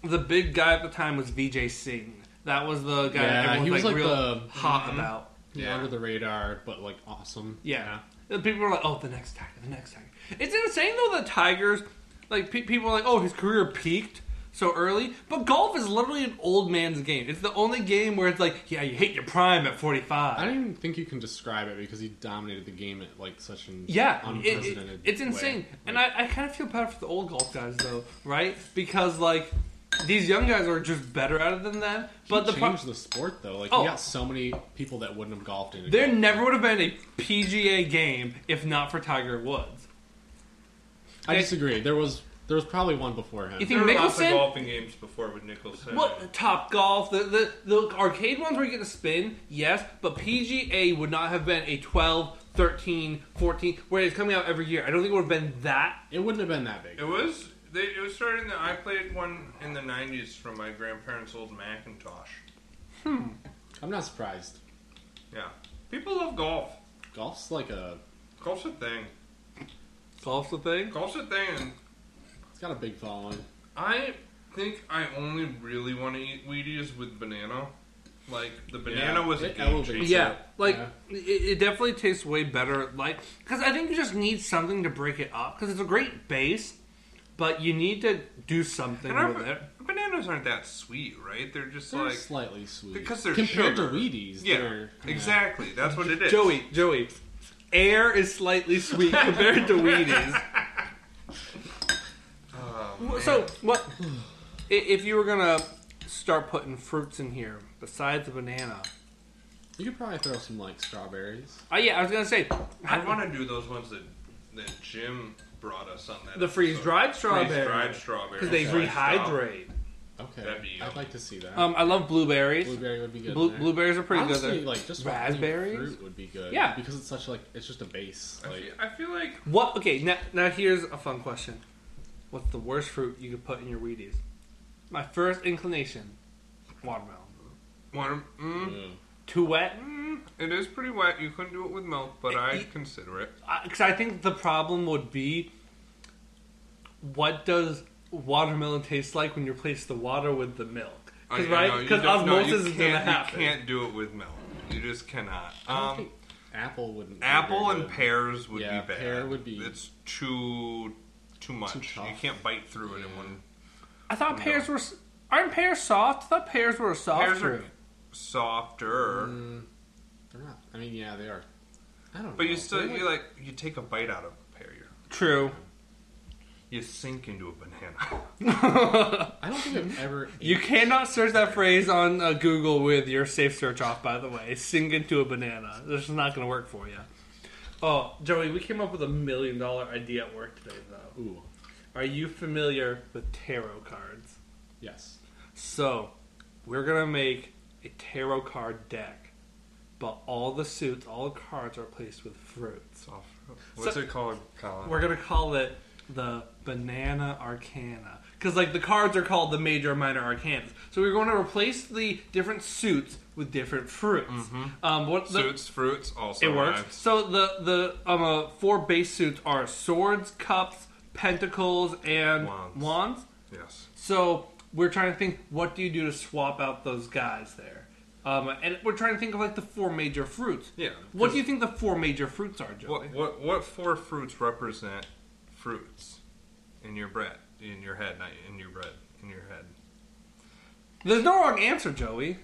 Speaker 2: the big guy at the time was Vijay Singh. That was the guy
Speaker 3: Yeah,
Speaker 2: everyone
Speaker 3: he
Speaker 2: was
Speaker 3: was,
Speaker 2: like,
Speaker 3: like,
Speaker 2: real
Speaker 3: the- Mm-hmm.
Speaker 2: hot about.
Speaker 5: Yeah.
Speaker 3: Under the radar, but like awesome.
Speaker 2: Yeah. And People are like, oh, the next Tiger, the next Tiger. It's insane, though, that Tigers, like, pe- people are like, oh, his career peaked so early. But golf is literally an old man's game. It's the only game where it's like, yeah, you hit your prime at 45.
Speaker 3: I don't even think you can describe it because he dominated the game at like such an
Speaker 2: yeah, it- it-
Speaker 3: unprecedented.
Speaker 2: it's
Speaker 3: way.
Speaker 2: insane. And
Speaker 3: Like,
Speaker 2: I, I kind of feel bad for the old golf guys, though, right? Because, like, these young guys are just better at it than them. But
Speaker 3: he
Speaker 2: the pro-
Speaker 3: changed the sport though. Like
Speaker 2: Oh.
Speaker 3: he got so many people that wouldn't have golfed in.
Speaker 2: there never would have been a PGA game if not for Tiger Woods.
Speaker 3: I disagree. There was There was probably one before him.
Speaker 2: You think
Speaker 5: There were lots of
Speaker 2: Mickelson?
Speaker 5: golfing games before with Nicholson.
Speaker 2: What Top Golf, the, the the arcade ones where you get to spin, yes, but PGA would not have been a 12, 13, 14, where it's coming out every year. I don't think it would have been that.
Speaker 3: it wouldn't have been that big.
Speaker 5: It was. They, it was starting. The, I played one in the '90s from my grandparents' old Macintosh.
Speaker 3: I'm not surprised.
Speaker 5: Yeah, people love golf.
Speaker 3: Golf's like a
Speaker 5: Golf's a thing.
Speaker 2: Golf's the thing.
Speaker 5: Golf's a thing. And
Speaker 3: it's got a big following.
Speaker 5: I think I only really want to eat Wheaties with banana. Like the banana
Speaker 3: Yeah,
Speaker 5: was a
Speaker 3: it
Speaker 5: game
Speaker 3: elevates
Speaker 5: changer.
Speaker 2: Yeah, like
Speaker 3: Yeah.
Speaker 2: It, it definitely tastes way better. Like, because I think you just need something to break it up. Because it's a great base, but you need to do something
Speaker 5: And our
Speaker 2: with it.
Speaker 5: bananas aren't that sweet, right? They're just
Speaker 3: They're
Speaker 5: like
Speaker 3: slightly sweet
Speaker 5: because they're
Speaker 3: compared
Speaker 5: sugar.
Speaker 3: to Wheaties.
Speaker 5: yeah,
Speaker 3: they're,
Speaker 5: exactly. That's what it is.
Speaker 2: Joey, Joey, air is slightly sweet compared to Wheaties. so what? i- If you were gonna start putting fruits in here besides the banana,
Speaker 3: You could probably throw some like strawberries.
Speaker 2: oh yeah, I was gonna say
Speaker 5: I want to do those ones that that Jim brought us on that
Speaker 2: the freeze
Speaker 5: episode.
Speaker 2: dried
Speaker 5: freeze
Speaker 2: strawberry
Speaker 5: dried strawberry
Speaker 2: because they
Speaker 5: sliced up.
Speaker 2: rehydrate.
Speaker 3: Okay,
Speaker 5: That'd be
Speaker 3: I'd
Speaker 5: yum.
Speaker 3: like to see that.
Speaker 2: Um, I love blueberries.
Speaker 3: blueberry would be good.
Speaker 2: Blue,
Speaker 3: in there.
Speaker 2: blueberries are pretty
Speaker 3: Honestly,
Speaker 2: good. There.
Speaker 3: Like just
Speaker 2: Raspberries?
Speaker 3: raspberry fruit would be good.
Speaker 2: Yeah.
Speaker 3: because it's such like it's just a base.
Speaker 5: I
Speaker 3: Like
Speaker 5: feel, I feel like
Speaker 2: What? Okay, now, now here's a fun question. What's the worst fruit you could put in your Wheaties? My first inclination, watermelon.
Speaker 5: water. Mm,
Speaker 3: ugh.
Speaker 2: Too wet?
Speaker 5: it is pretty wet. You couldn't do it with milk, but
Speaker 2: It-
Speaker 5: I
Speaker 2: it-
Speaker 5: consider it.
Speaker 2: Because I think the problem would be, what does watermelon taste like when you replace the water with the milk? Because
Speaker 5: I- I know,
Speaker 2: right,
Speaker 5: you
Speaker 2: because
Speaker 5: don't- no, you
Speaker 2: osmosis is gonna
Speaker 5: can't-
Speaker 2: happen.
Speaker 5: You can't do it with milk. You just cannot.
Speaker 3: I don't
Speaker 5: Um,
Speaker 3: think apple wouldn't. be
Speaker 5: apple
Speaker 3: very
Speaker 5: and
Speaker 3: good.
Speaker 5: pears would
Speaker 3: Yeah,
Speaker 5: be bad.
Speaker 3: pear would be-
Speaker 5: It's too too much. you
Speaker 3: tough.
Speaker 5: can't bite through it in one.
Speaker 2: I thought pears were s- aren't pears soft? I thought pears were a soft
Speaker 5: Pears are
Speaker 2: fruit.
Speaker 5: softer,
Speaker 3: Mm, They're not. I mean, yeah, they are. I don't know.
Speaker 5: but you still
Speaker 3: They're
Speaker 5: you like you take a bite out of a pear. You're,
Speaker 2: True.
Speaker 5: you sink into a banana.
Speaker 3: I don't think I've ever.
Speaker 2: You
Speaker 3: ate-
Speaker 2: cannot search that phrase on uh, Google with your safe search off, by the way. Sing into a banana. This is not going to work for you. Oh, Joey, we came up with a million dollar idea at work today, though.
Speaker 3: Ooh,
Speaker 2: Are you familiar with tarot cards?
Speaker 3: yes.
Speaker 2: So, we're going to make a tarot card deck, but all the suits, all the cards are placed with fruits.
Speaker 5: Soft. What's
Speaker 2: So-
Speaker 5: it called, Colin?
Speaker 2: We're going to call it the Banana Arcana. Because, like, the cards are called the major and minor arcanas. So, we're going to replace the different suits with different fruits. Um, what the,
Speaker 5: Mm-hmm. Suits, fruits, also
Speaker 2: It works.
Speaker 5: rhymes.
Speaker 2: So, the, the um, uh, four base suits are swords, cups, pentacles, and
Speaker 5: Wands.
Speaker 2: wands.
Speaker 5: Yes.
Speaker 2: So we're trying to think, what do you do to swap out those guys there? Um, and we're trying to think of like the four major fruits.
Speaker 5: Yeah,
Speaker 2: What do you think the four major fruits are, Joey?
Speaker 5: What what what four fruits represent fruits in your bread? In your head, not in your bread. In your head.
Speaker 2: There's no wrong answer, Joey.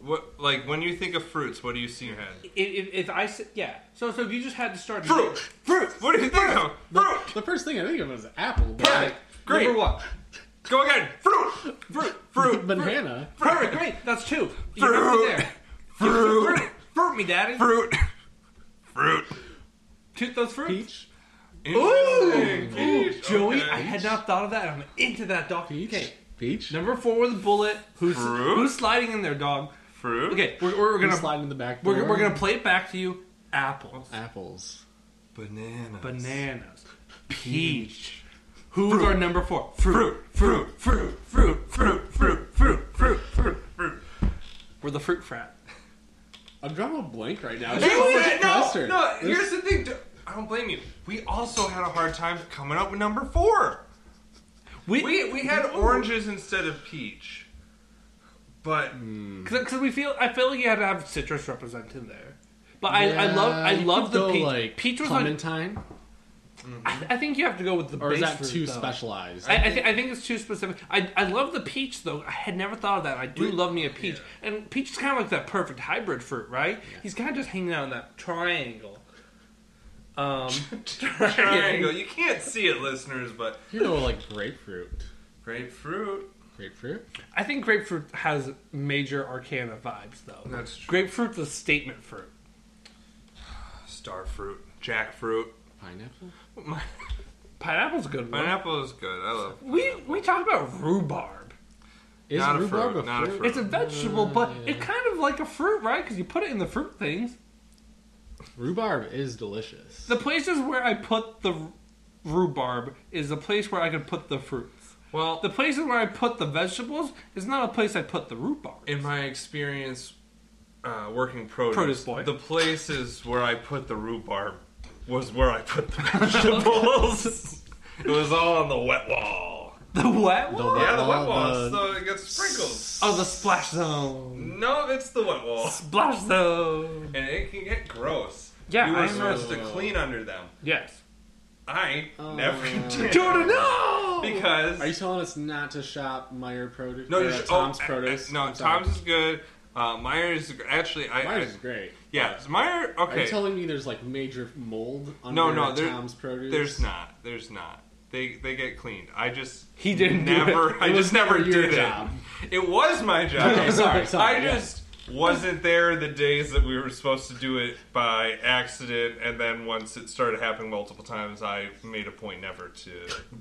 Speaker 5: What like when you think of fruits, what do you see in your head?
Speaker 2: If, if, if I said, yeah. So so if you just had to start
Speaker 5: Fruit!
Speaker 2: fruit.
Speaker 5: What do you think of? Fruit.
Speaker 3: The first thing I think of is apple. but,
Speaker 2: Perfect.
Speaker 5: Great.
Speaker 2: Number one.
Speaker 5: Go again. Fruit.
Speaker 2: Fruit.
Speaker 5: Fruit.
Speaker 3: banana.
Speaker 2: Perfect. Great. That's two. You got
Speaker 5: Fruit.
Speaker 2: it there.
Speaker 5: Fruit.
Speaker 2: Fruit. Fruit me, daddy.
Speaker 5: Fruit. Fruit.
Speaker 2: Toot those fruits.
Speaker 3: Peach.
Speaker 5: Interesting.
Speaker 2: Ooh,
Speaker 5: Peach,
Speaker 2: Joey,
Speaker 5: okay.
Speaker 2: I had not thought of that. I'm into that, dog.
Speaker 3: Peach.
Speaker 2: Okay.
Speaker 3: Peach.
Speaker 2: Number four with a bullet. Who's
Speaker 5: Fruit?
Speaker 2: who's sliding in there, dog?
Speaker 5: Fruit.
Speaker 2: Okay, we're, we're
Speaker 3: Gonna
Speaker 2: gonna
Speaker 3: slide in the back.
Speaker 2: we're,
Speaker 3: door.
Speaker 2: we're gonna play it back to you. Apples,
Speaker 3: apples.
Speaker 5: Banana.
Speaker 2: bananas, peach. Who's our number four? Fruit, fruit, fruit, fruit, fruit, fruit, fruit, fruit, fruit, fruit. We're the fruit frat.
Speaker 3: I'm drawing a blank right now.
Speaker 5: You
Speaker 3: There's so
Speaker 5: said-
Speaker 3: much
Speaker 5: no,
Speaker 3: mustard.
Speaker 5: no,
Speaker 3: There's-
Speaker 5: here's the thing. d- I don't blame you. We also had a hard time coming up with number four.
Speaker 2: We
Speaker 5: We we had oranges instead of peach. But
Speaker 2: Mm. because we feel I feel like you had to have citrus represented there. But I, I
Speaker 3: Yeah,
Speaker 2: love I
Speaker 3: you
Speaker 2: love
Speaker 3: could
Speaker 2: the
Speaker 3: go,
Speaker 2: peach.
Speaker 3: Like,
Speaker 2: peach was on,
Speaker 3: clementine,
Speaker 2: I, I think you have to go with the
Speaker 3: or is
Speaker 2: base
Speaker 3: that
Speaker 2: fruit,
Speaker 3: too
Speaker 2: though.
Speaker 3: specialized?
Speaker 2: I, I, th- I think it's too specific. I, I love the peach though. I had never thought of that. I do love me a peach, and peach is kind of like that perfect hybrid fruit, right? He's kind of just hanging out in that triangle. Um,
Speaker 5: triangle. You can't see it, listeners, but
Speaker 3: you go like grapefruit.
Speaker 5: grapefruit.
Speaker 3: Grapefruit.
Speaker 2: I think grapefruit has major Arcana vibes though.
Speaker 5: That's true.
Speaker 2: Grapefruit's a statement fruit.
Speaker 5: Starfruit. Jackfruit.
Speaker 3: Pineapple.
Speaker 2: Pineapple's a good one.
Speaker 5: Pineapple is good. I love.
Speaker 2: We we talked about rhubarb.
Speaker 6: Is
Speaker 5: Not a
Speaker 6: rhubarb
Speaker 5: fruit, not a fruit.
Speaker 2: It's a vegetable, but it's kind of like a fruit, right? Because you put it in the fruit things.
Speaker 6: Rhubarb is delicious.
Speaker 2: The places where I put the r- rhubarb is a place where I could put the fruits.
Speaker 5: Well,
Speaker 2: The places where I put the vegetables is not a place I put the rhubarb.
Speaker 5: in my experience uh, working produce,
Speaker 2: Produce boy.
Speaker 5: the places where I put the rhubarb was where I put the vegetables. it was all on the wet wall.
Speaker 2: The wet
Speaker 6: The
Speaker 2: one?
Speaker 6: wet
Speaker 5: Yeah, the
Speaker 6: wall,
Speaker 5: wet wall.
Speaker 6: the-
Speaker 5: It's the, it gets sprinkled.
Speaker 2: Oh, the splash zone.
Speaker 5: No, it's the wet wall,
Speaker 2: Splash zone.
Speaker 5: and it can get gross.
Speaker 2: Yeah,
Speaker 5: you were
Speaker 2: I
Speaker 5: supposed to
Speaker 6: remember.
Speaker 5: clean under them.
Speaker 2: Yes.
Speaker 5: I
Speaker 6: Oh,
Speaker 5: never did
Speaker 2: Jordan, no!
Speaker 5: because
Speaker 6: Are you telling us not to shop Meyer produce?
Speaker 5: no,
Speaker 6: or,
Speaker 5: you
Speaker 6: uh,
Speaker 5: should- oh,
Speaker 6: Tom's
Speaker 5: uh, uh,
Speaker 6: produce.
Speaker 5: No,
Speaker 6: I'm sorry.
Speaker 5: Tom's is good. Uh, Myers is gr- actually I,
Speaker 6: Myers
Speaker 5: I
Speaker 6: is great.
Speaker 5: yeah it's Meyer
Speaker 6: Are you
Speaker 5: okay.
Speaker 6: telling me there's like major mold under
Speaker 5: No, no, there-
Speaker 6: Tom's produce?
Speaker 5: There's not. There's not. They they get cleaned. I just
Speaker 2: He didn't do
Speaker 5: never.
Speaker 2: it.
Speaker 5: I
Speaker 6: It was
Speaker 5: just never
Speaker 6: never your
Speaker 5: did
Speaker 6: job.
Speaker 5: it. It was my job.
Speaker 6: Okay, sorry, sorry,
Speaker 5: I
Speaker 6: yeah.
Speaker 5: just wasn't there the days that we were supposed to do it by accident, and then once it started happening multiple times, I made a point never to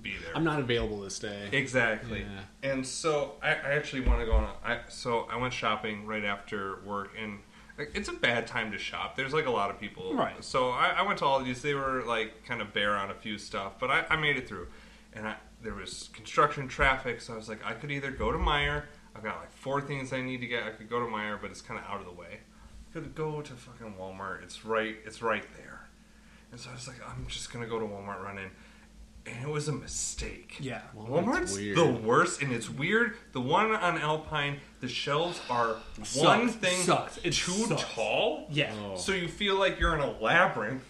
Speaker 5: be there.
Speaker 6: I'm not available this day.
Speaker 5: Exactly.
Speaker 6: Yeah.
Speaker 5: And so I, I actually want to go on. A, I, so I went shopping right after work, and like, it's a bad time to shop. There's like a lot of people.
Speaker 2: Right.
Speaker 5: So I, I went to all of these. They were like kind of bare on a few stuff, but I, I made it through. And I, there was construction traffic, so I was like, I could either go to Meyer. I've got like four things I need to get. I could go to Meyer, but it's kind of out of the way. I could go to fucking Walmart. It's right. It's right there. And so I was like, I'm just gonna go to Walmart run in. And it was a mistake.
Speaker 2: Yeah.
Speaker 5: Walmart's
Speaker 6: Walmart's weird.
Speaker 5: the worst, and it's weird. The one on Alpine, the shelves are one thing
Speaker 2: Sucks. It
Speaker 5: too
Speaker 2: sucks.
Speaker 5: tall.
Speaker 2: Yeah.
Speaker 6: Oh.
Speaker 5: So you feel like you're in a labyrinth.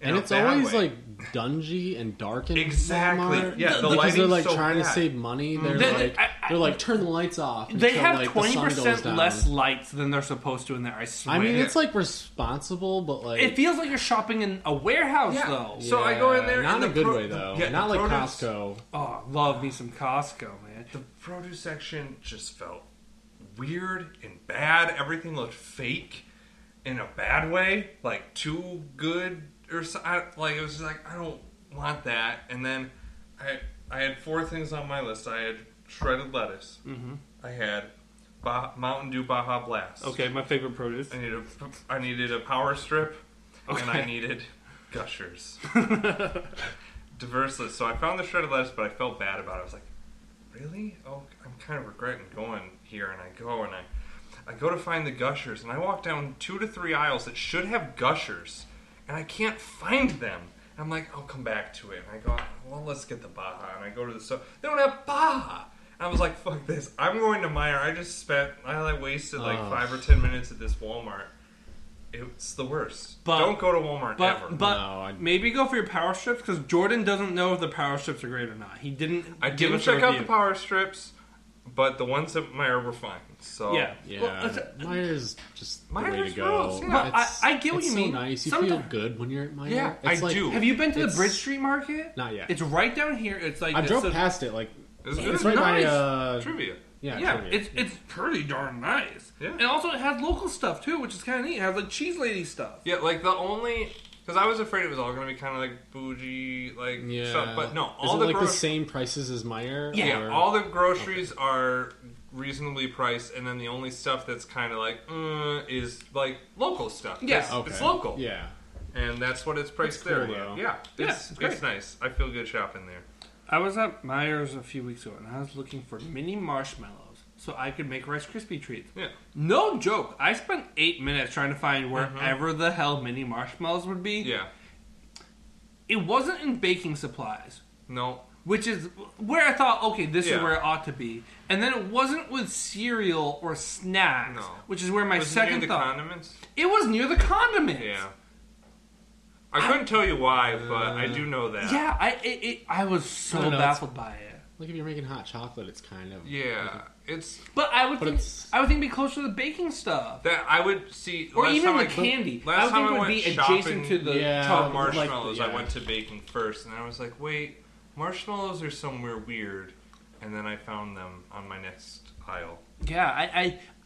Speaker 5: in
Speaker 6: and
Speaker 5: a
Speaker 6: it's
Speaker 5: bad
Speaker 6: always
Speaker 5: way.
Speaker 6: like dungy and dark in
Speaker 5: Exactly.
Speaker 6: Walmart.
Speaker 5: Yeah, the
Speaker 6: because they're
Speaker 5: lighting's
Speaker 6: like
Speaker 5: so
Speaker 6: trying to
Speaker 5: bad. Mm-hmm.
Speaker 6: save money. They're
Speaker 2: They-
Speaker 6: like
Speaker 2: I- I-
Speaker 6: they're like turn the lights off.
Speaker 2: They
Speaker 6: until,
Speaker 2: have
Speaker 6: like, the sun
Speaker 2: twenty
Speaker 6: goes
Speaker 2: percent
Speaker 6: down."
Speaker 2: less lights than they're supposed to in there. I swear.
Speaker 6: I mean, it's like responsible, but like
Speaker 2: it feels like you're shopping in a warehouse
Speaker 5: Yeah.
Speaker 2: though.
Speaker 5: So I go in there
Speaker 6: Not
Speaker 5: and
Speaker 6: in a
Speaker 5: the
Speaker 6: good
Speaker 5: pro-
Speaker 6: way
Speaker 5: the-
Speaker 6: though.
Speaker 5: yeah,
Speaker 6: not
Speaker 5: the
Speaker 6: like
Speaker 5: produce-
Speaker 6: Costco.
Speaker 2: Oh, love me some Costco, man.
Speaker 5: The produce section just felt weird and bad. Everything looked fake in a bad way, like too good or so, I, like it was just like I don't want that. And then I I had four things on my list. I had shredded lettuce. Mm-hmm. I had bah, Mountain Dew Baja Blast.
Speaker 2: Okay, my favorite produce.
Speaker 5: I needed a, I needed a power strip, and I
Speaker 2: Okay.
Speaker 5: needed gushers. Diverse list. So I found the shredded lettuce, but I felt bad about it. I was like, really? Oh, I'm kind of regretting going here, and I go and I, I go to find the gushers, and I walk down two to three aisles that should have gushers, and I can't find them. And I'm like, I'll come back to it. And I go, well, let's get the Baja. And I go to the store. They don't have Baja. And I was like, fuck this. I'm going to Meyer. I just spent, I like wasted like
Speaker 6: Oh.
Speaker 5: five or ten minutes at this Walmart. It's the worst.
Speaker 2: But-
Speaker 5: don't go to Walmart
Speaker 2: But
Speaker 5: ever.
Speaker 2: but
Speaker 6: No, I-
Speaker 2: maybe go for your power strips because Jordan doesn't know if the power strips are great or not. He didn't.
Speaker 5: I
Speaker 2: give
Speaker 5: didn't
Speaker 2: us a
Speaker 5: check out the
Speaker 2: review.
Speaker 5: power strips, but the ones at Meyer were fine. So
Speaker 2: Yeah.
Speaker 6: Yeah,
Speaker 2: Well, that's-
Speaker 6: Myers just the way
Speaker 5: Myers
Speaker 6: to go.
Speaker 5: rules, yeah.
Speaker 2: But I-
Speaker 6: It's-
Speaker 2: I get what
Speaker 6: it's
Speaker 2: you
Speaker 6: so
Speaker 2: mean.
Speaker 6: Nice, you feel
Speaker 2: Sometimes-
Speaker 6: good when you're at Meyer.
Speaker 5: Yeah,
Speaker 6: It's
Speaker 5: I
Speaker 6: like-
Speaker 5: do.
Speaker 2: have you been to the
Speaker 6: It's-
Speaker 2: Bridge Street Market?
Speaker 6: Not yet.
Speaker 2: It's right down here. It's like
Speaker 6: I
Speaker 2: it's
Speaker 6: drove
Speaker 2: a-
Speaker 6: past it like
Speaker 5: It's,
Speaker 6: it's
Speaker 5: it's
Speaker 6: right
Speaker 2: nice.
Speaker 6: by uh,
Speaker 5: trivia.
Speaker 6: yeah,
Speaker 2: Yeah,
Speaker 6: trivia.
Speaker 2: it's it's pretty darn nice.
Speaker 5: Yeah.
Speaker 2: And also it has local stuff too, which is kind of neat. It has like cheese lady stuff.
Speaker 5: Yeah, like the only because I was afraid it was all gonna be kind of like bougie, like
Speaker 6: yeah.
Speaker 5: stuff. But no,
Speaker 6: Is
Speaker 5: all
Speaker 6: it
Speaker 5: the
Speaker 6: like
Speaker 5: gro-
Speaker 6: the same prices as Meyer?
Speaker 5: yeah,
Speaker 6: or-
Speaker 5: all the groceries are reasonably priced, and then the only stuff that's kind of like mm, is like local stuff.
Speaker 2: Yeah.
Speaker 5: It's-
Speaker 6: Okay.
Speaker 5: it's local.
Speaker 6: Yeah,
Speaker 5: and that's what it's priced
Speaker 6: That's cool,
Speaker 5: there.
Speaker 6: though.
Speaker 5: Yeah,
Speaker 2: Yeah,
Speaker 5: it's,
Speaker 2: it's great.
Speaker 5: it's nice. I feel good shopping there.
Speaker 2: I was at Myers a few weeks ago and I was looking for mini marshmallows so I could make Rice Krispie treats.
Speaker 5: Yeah. Uh-huh.
Speaker 2: No joke, I spent eight minutes trying to find wherever the hell mini marshmallows would be.
Speaker 5: Yeah,
Speaker 2: It wasn't in baking supplies,
Speaker 5: no,
Speaker 2: which is where I thought, okay, this
Speaker 5: Yeah.
Speaker 2: is where it ought to be. And then it wasn't with cereal or snacks,
Speaker 5: No.
Speaker 2: which is where my
Speaker 5: Was it near
Speaker 2: second
Speaker 5: the
Speaker 2: thought.
Speaker 5: condiments.
Speaker 2: It was near the condiments.
Speaker 5: Yeah, I couldn't tell you why, but I do know that.
Speaker 2: Yeah, I it, it, I was so
Speaker 6: I don't know, it's-
Speaker 2: baffled by it.
Speaker 6: like if you're making hot chocolate, it's kind of
Speaker 5: yeah, it's
Speaker 2: But I would
Speaker 6: But
Speaker 2: think
Speaker 6: it's-
Speaker 2: I would think it'd be closer to the baking stuff.
Speaker 5: that I would see,
Speaker 2: Or
Speaker 5: last
Speaker 2: even
Speaker 5: time
Speaker 2: the
Speaker 5: I-
Speaker 2: candy.
Speaker 5: Last
Speaker 2: I would
Speaker 5: time
Speaker 2: think it
Speaker 5: I
Speaker 2: would
Speaker 5: went
Speaker 2: be
Speaker 5: shopping-
Speaker 2: adjacent to the
Speaker 6: Yeah.
Speaker 5: top
Speaker 6: Um, like the-
Speaker 5: marshmallows, I
Speaker 6: yeah.
Speaker 5: went to baking first, and I was like, wait, marshmallows are somewhere weird. And then I found them on my next aisle.
Speaker 2: Yeah, I,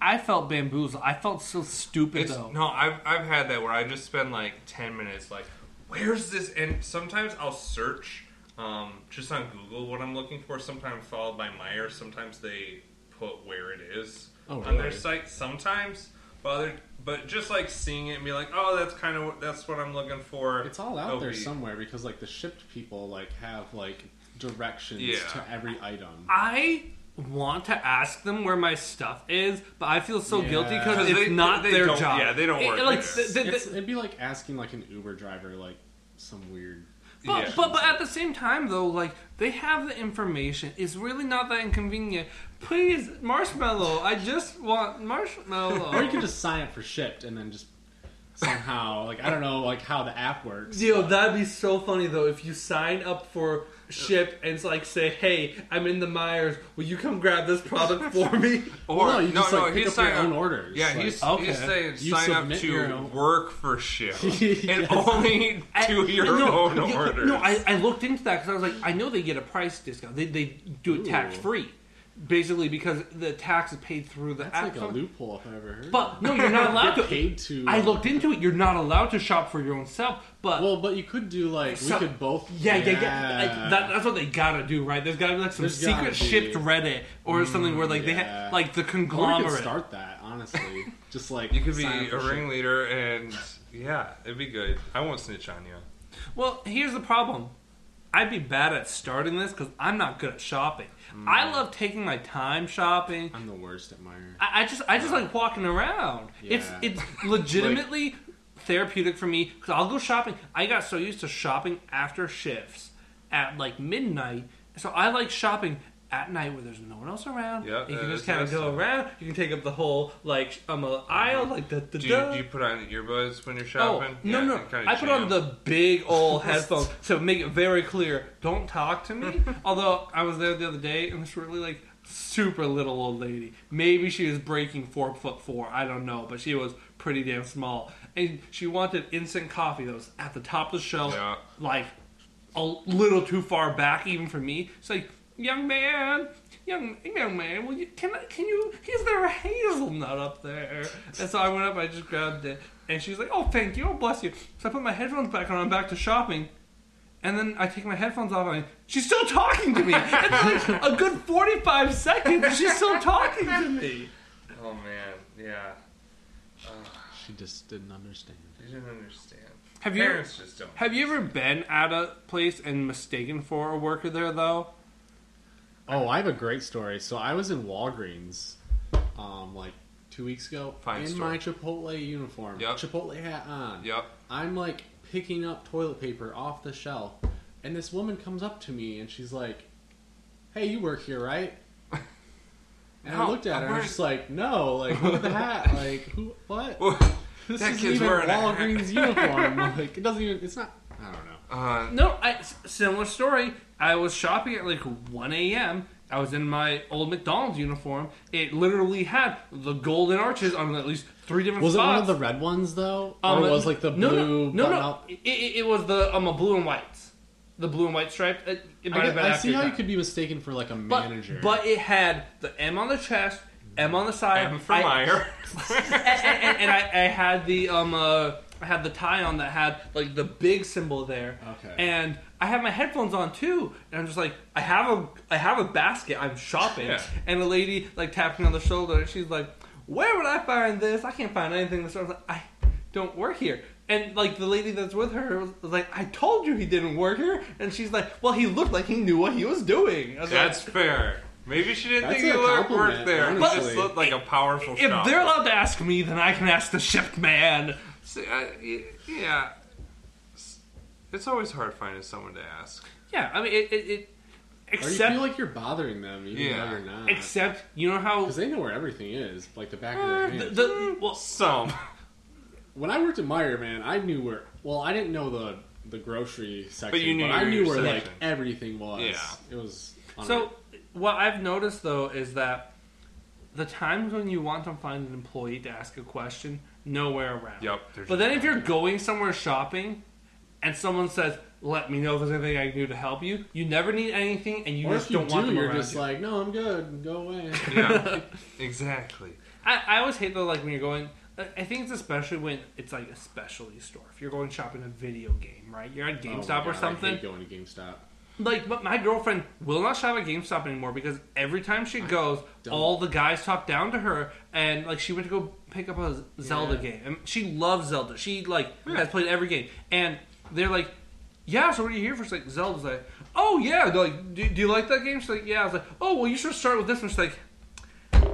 Speaker 2: I I felt bamboozled. I felt so stupid
Speaker 5: It's,
Speaker 2: though.
Speaker 5: no, I've, I've had that where I just spend like 10 minutes, like, where's this? And sometimes I'll search um, just on Google what I'm looking for, sometimes followed by Meyer. Sometimes they put where it is
Speaker 3: Oh,
Speaker 5: on their
Speaker 3: really?
Speaker 5: site. Sometimes, but other, but just like seeing it and be like, oh, that's kind of that's what I'm looking for.
Speaker 3: It's all out
Speaker 5: It'll
Speaker 3: there
Speaker 5: be-
Speaker 3: somewhere because like the shipped people like have like directions
Speaker 5: Yeah.
Speaker 3: to every item.
Speaker 2: I want to ask them where my stuff is, but I feel so guilty
Speaker 3: Yeah.
Speaker 2: because
Speaker 5: 'Cause
Speaker 2: it's
Speaker 5: they-
Speaker 2: not
Speaker 5: they
Speaker 2: their
Speaker 5: don't-
Speaker 2: job.
Speaker 5: yeah, they don't
Speaker 2: It-
Speaker 5: work
Speaker 2: like,
Speaker 5: there.
Speaker 2: th- th-
Speaker 3: It's, it'd be like asking like an Uber driver like some weird.
Speaker 2: But,
Speaker 5: Yeah.
Speaker 2: but but at the same time though, like they have the information. It's really not that inconvenient. Please, marshmallow. I just want marshmallow.
Speaker 3: Or you could just sign up for shipped and then just somehow like I don't know like how the app works.
Speaker 2: Yo, that'd be so funny though if you sign up for ship and it's like say, hey, I'm in the Myers. Will you come grab this product for me?
Speaker 5: Or
Speaker 3: Well, no, you
Speaker 5: no,
Speaker 3: just,
Speaker 5: no,
Speaker 3: like, pick
Speaker 5: he's
Speaker 3: up your
Speaker 5: signing
Speaker 3: own
Speaker 5: up-
Speaker 3: orders.
Speaker 5: Yeah,
Speaker 3: Like,
Speaker 5: he's,
Speaker 2: okay.
Speaker 5: he's saying
Speaker 3: You
Speaker 5: sign up
Speaker 3: submit
Speaker 5: to
Speaker 3: your own-
Speaker 5: work for shift and
Speaker 3: Yes.
Speaker 5: only to your own
Speaker 2: you-
Speaker 5: orders.
Speaker 2: No, I, I looked into that because I was like, I know they get a price discount. They, they do it
Speaker 3: Ooh.
Speaker 2: tax free, basically because the tax is paid through the
Speaker 3: that's
Speaker 2: app.
Speaker 3: like a loophole if I ever heard.
Speaker 2: but no, you're not allowed
Speaker 3: Get
Speaker 2: to.
Speaker 3: paid to.
Speaker 2: I looked into it. You're not allowed to shop for your own stuff, but
Speaker 3: Well, but you could do like
Speaker 2: So-
Speaker 3: we could both.
Speaker 2: Yeah, yeah, yeah. Like, that, that's what they gotta do, right? There's gotta be like some
Speaker 3: There's gotta
Speaker 2: secret
Speaker 3: be. Mm,
Speaker 2: shipped Reddit or something where like they
Speaker 3: yeah.
Speaker 2: have like the
Speaker 3: Or we could
Speaker 2: conglomerate.
Speaker 3: start that honestly. just like
Speaker 5: You could be
Speaker 3: sign up
Speaker 5: a
Speaker 3: for shipped.
Speaker 5: ringleader, and yeah, it'd be good. I won't snitch on you.
Speaker 2: Well, here's the problem. I'd be bad at starting this because I'm not good at shopping.
Speaker 3: Mm.
Speaker 2: I love taking my time shopping.
Speaker 3: I'm the worst at Meyer.
Speaker 2: I, I just I just like walking around. It's
Speaker 3: Yeah.
Speaker 2: it's legitimately therapeutic for me because I'll go shopping. I got so used to shopping after shifts at like midnight, so I like shopping at night where there's no one else around.
Speaker 5: Yeah,
Speaker 2: you
Speaker 5: that
Speaker 2: can just
Speaker 5: is
Speaker 2: kind of
Speaker 5: nice.
Speaker 2: go around. You can take up the whole like um uh, aisle like the the.
Speaker 5: Do you, do you put on earbuds when you're shopping?
Speaker 2: Oh, no,
Speaker 5: Yeah,
Speaker 2: no.
Speaker 5: and kinda
Speaker 2: I put on
Speaker 5: jam.
Speaker 2: the big old headphones to make it very clear. Don't talk to me. Although I was there the other day and this really like super little old lady. Maybe she was breaking four foot four. I don't know, but she was pretty damn small. And she wanted instant coffee that was at the top of the shelf,
Speaker 5: Yeah.
Speaker 2: like a little too far back even for me. It's like, young man. Young, young man, will you, can I, can you? Is there a hazelnut up there? And so I went up, I just grabbed it, and she's like, "Oh, thank you, oh bless you." So I put my headphones back on, I'm back to shopping, and then I take my headphones off, and she's still talking to me. And then, like a good forty-five seconds, she's still talking to me.
Speaker 5: Oh man, yeah.
Speaker 3: She just didn't understand.
Speaker 5: You didn't understand.
Speaker 2: Have you
Speaker 5: Parents just don't.
Speaker 2: have you ever been at a place and mistaken for a worker there though?
Speaker 3: Oh, I have a great story. So I was in Walgreens, um, like two weeks ago,
Speaker 5: Fine
Speaker 3: in
Speaker 5: story.
Speaker 3: my Chipotle uniform,
Speaker 5: Yep.
Speaker 3: Chipotle hat on.
Speaker 5: Yep.
Speaker 3: I'm like picking up toilet paper off the shelf, and this woman comes up to me and she's like, "Hey, you work here, right?" And I
Speaker 5: No,
Speaker 3: looked at
Speaker 5: I'm
Speaker 3: her and
Speaker 5: wearing-
Speaker 3: I'm just like, "No, like look at the hat, like who, what? this
Speaker 5: that
Speaker 3: isn't
Speaker 5: kid's
Speaker 3: even
Speaker 5: wearing a hat."
Speaker 3: Walgreens uniform. Like it doesn't even. It's not. I don't know.
Speaker 5: Uh,
Speaker 2: No, I, s- similar story. I was shopping at like 1 a.m. I was in my old McDonald's uniform. It literally had the golden arches on at least three different
Speaker 3: Was it one
Speaker 2: spots.
Speaker 3: of the red ones though,
Speaker 2: Um,
Speaker 3: or was like the
Speaker 2: no, No,
Speaker 3: blue?
Speaker 2: no, no.
Speaker 3: button-up-
Speaker 2: It, it, it was the um, blue and whites. The blue and white stripe. It, it might
Speaker 3: I,
Speaker 2: have been
Speaker 3: I
Speaker 2: after
Speaker 3: see
Speaker 2: your
Speaker 3: how you
Speaker 2: time.
Speaker 3: could be mistaken for like a
Speaker 2: but,
Speaker 3: manager.
Speaker 2: But it had the M on the chest, M on the side.
Speaker 5: I'm from
Speaker 2: I-
Speaker 5: Meyer.
Speaker 2: and, and- and I, I had the um uh, I had the tie on that had like the big symbol there.
Speaker 3: Okay.
Speaker 2: And I had my headphones on too, and I'm just like, I have a I have a basket. I'm shopping,
Speaker 5: Yeah.
Speaker 2: and a lady like tapped me on the shoulder, and she's like, "Where would I find this? I can't find anything." in the store." I was like, "I don't work here." And like the lady that's with her was, was like, "I told you he didn't work here," and she's like, "Well, he looked like he knew what he was doing." I was like,
Speaker 5: That's fair. Maybe she didn't
Speaker 3: That's
Speaker 5: think
Speaker 3: a
Speaker 5: you worked
Speaker 3: compliment,
Speaker 5: there. It
Speaker 3: honestly.
Speaker 5: just looked like a powerful
Speaker 2: if
Speaker 5: shop.
Speaker 2: they're allowed to ask me, then I can ask the shift man.
Speaker 5: See, I- y- yeah. It's- It's always hard finding someone to ask.
Speaker 2: Yeah, I mean, it. it, it
Speaker 3: or you
Speaker 2: except,
Speaker 3: feel like you're bothering them, even
Speaker 5: Yeah.
Speaker 3: though you're not, because
Speaker 2: except you know how
Speaker 3: they know where everything is, like the back of their
Speaker 2: Uh, the,
Speaker 3: hand.
Speaker 2: the well,
Speaker 5: Some.
Speaker 3: when I worked at Meyer, man, I knew where. Well, I didn't know the the grocery section,
Speaker 5: you knew
Speaker 3: I
Speaker 5: your
Speaker 3: knew where like
Speaker 5: section.
Speaker 3: everything was. it
Speaker 5: Yeah.
Speaker 3: was.
Speaker 2: so what I've noticed though is that the times when you want to find an employee to ask a question, nowhere around.
Speaker 5: Yep, there's
Speaker 2: But then if you're going somewhere shopping, and someone says, "Let me know if there's anything I can do to help you," you never need anything, and you
Speaker 3: or
Speaker 2: just
Speaker 3: if you
Speaker 2: don't
Speaker 3: do,
Speaker 2: want them
Speaker 3: you're
Speaker 2: around
Speaker 3: just
Speaker 2: you.
Speaker 3: like, no, I'm good. Go away.
Speaker 5: Yeah. exactly.
Speaker 2: I, I always hate though, like when you're going. I I think it's especially when it's like a specialty store. If you're going shopping a video game, right? You're at
Speaker 3: Oh my
Speaker 2: GameStop
Speaker 3: God,
Speaker 2: or something.
Speaker 3: I hate going to GameStop.
Speaker 2: Like, but my girlfriend will not shop at GameStop anymore because every time she goes,
Speaker 3: don't.
Speaker 2: all the guys talk down to her. And like, she went to go pick up a Zelda
Speaker 3: Yeah.
Speaker 2: game, and she loves Zelda. She like has played every game, and they're like, "Yeah, so what are you here for?" She's like, "Zelda's like, oh yeah, They're like, do, do you like that game?" She's like, "Yeah." I was like, "Oh well, you should start with this one." She's like.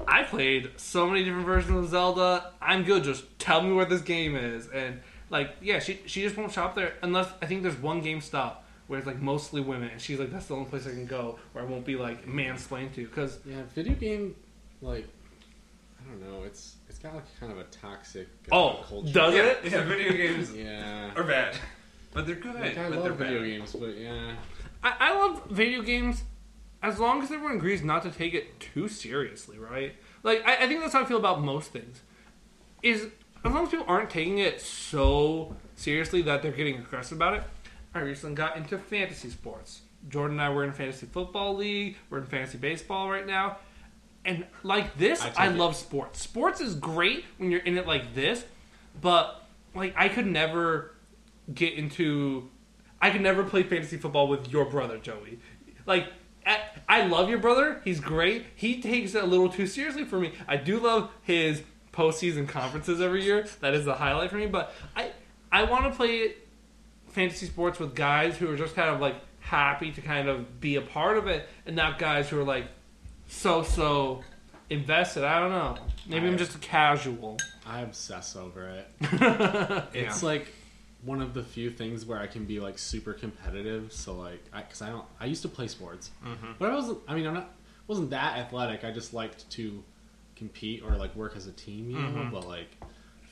Speaker 2: I played so many different versions of Zelda. I'm good. Just tell me where this game is, and like, yeah, she she just won't shop there unless I think there's one GameStop where it's like mostly women, and she's like, that's the only place I can go where I won't be like mansplained to. Because
Speaker 3: Yeah, video game, like, I don't know. It's it's got like kind of a toxic uh,
Speaker 2: oh,
Speaker 3: culture.
Speaker 2: does
Speaker 5: Yeah,
Speaker 2: it?
Speaker 5: yeah, video games
Speaker 3: Yeah.
Speaker 5: are bad. But they're good.
Speaker 3: Like, I
Speaker 5: but they're
Speaker 3: love video
Speaker 5: bad.
Speaker 3: games, but yeah.
Speaker 2: I, I love video games as long as everyone agrees not to take it too seriously, right? Like, I, I think that's how I feel about most things. Is as long as people aren't taking it so seriously that they're getting aggressive about it. I recently got into fantasy sports. Jordan and I were in fantasy football league. We're in fantasy baseball right now. And like this,
Speaker 3: I take
Speaker 2: I,
Speaker 3: it.
Speaker 2: love sports. Sports is great when you're in it like this, but like I could never get into I could never play fantasy football with your brother, Joey. Like, I, I love your brother. He's great. He takes it a little too seriously for me. I do love his postseason conferences every year. That is the highlight for me. But I, I want to play fantasy sports with guys who are just kind of like happy to kind of be a part of it, and not guys who are like so so invested. I don't know. Maybe I'm just casual.
Speaker 3: I obsess over it. It's like one of the few things where I can be like super competitive. So like, I because I don't, I used to play sports,
Speaker 2: Mm-hmm.
Speaker 3: but I wasn't. I mean, I'm not wasn't that athletic. I just liked to compete or like work as a team, you
Speaker 2: Mm-hmm.
Speaker 3: know. But like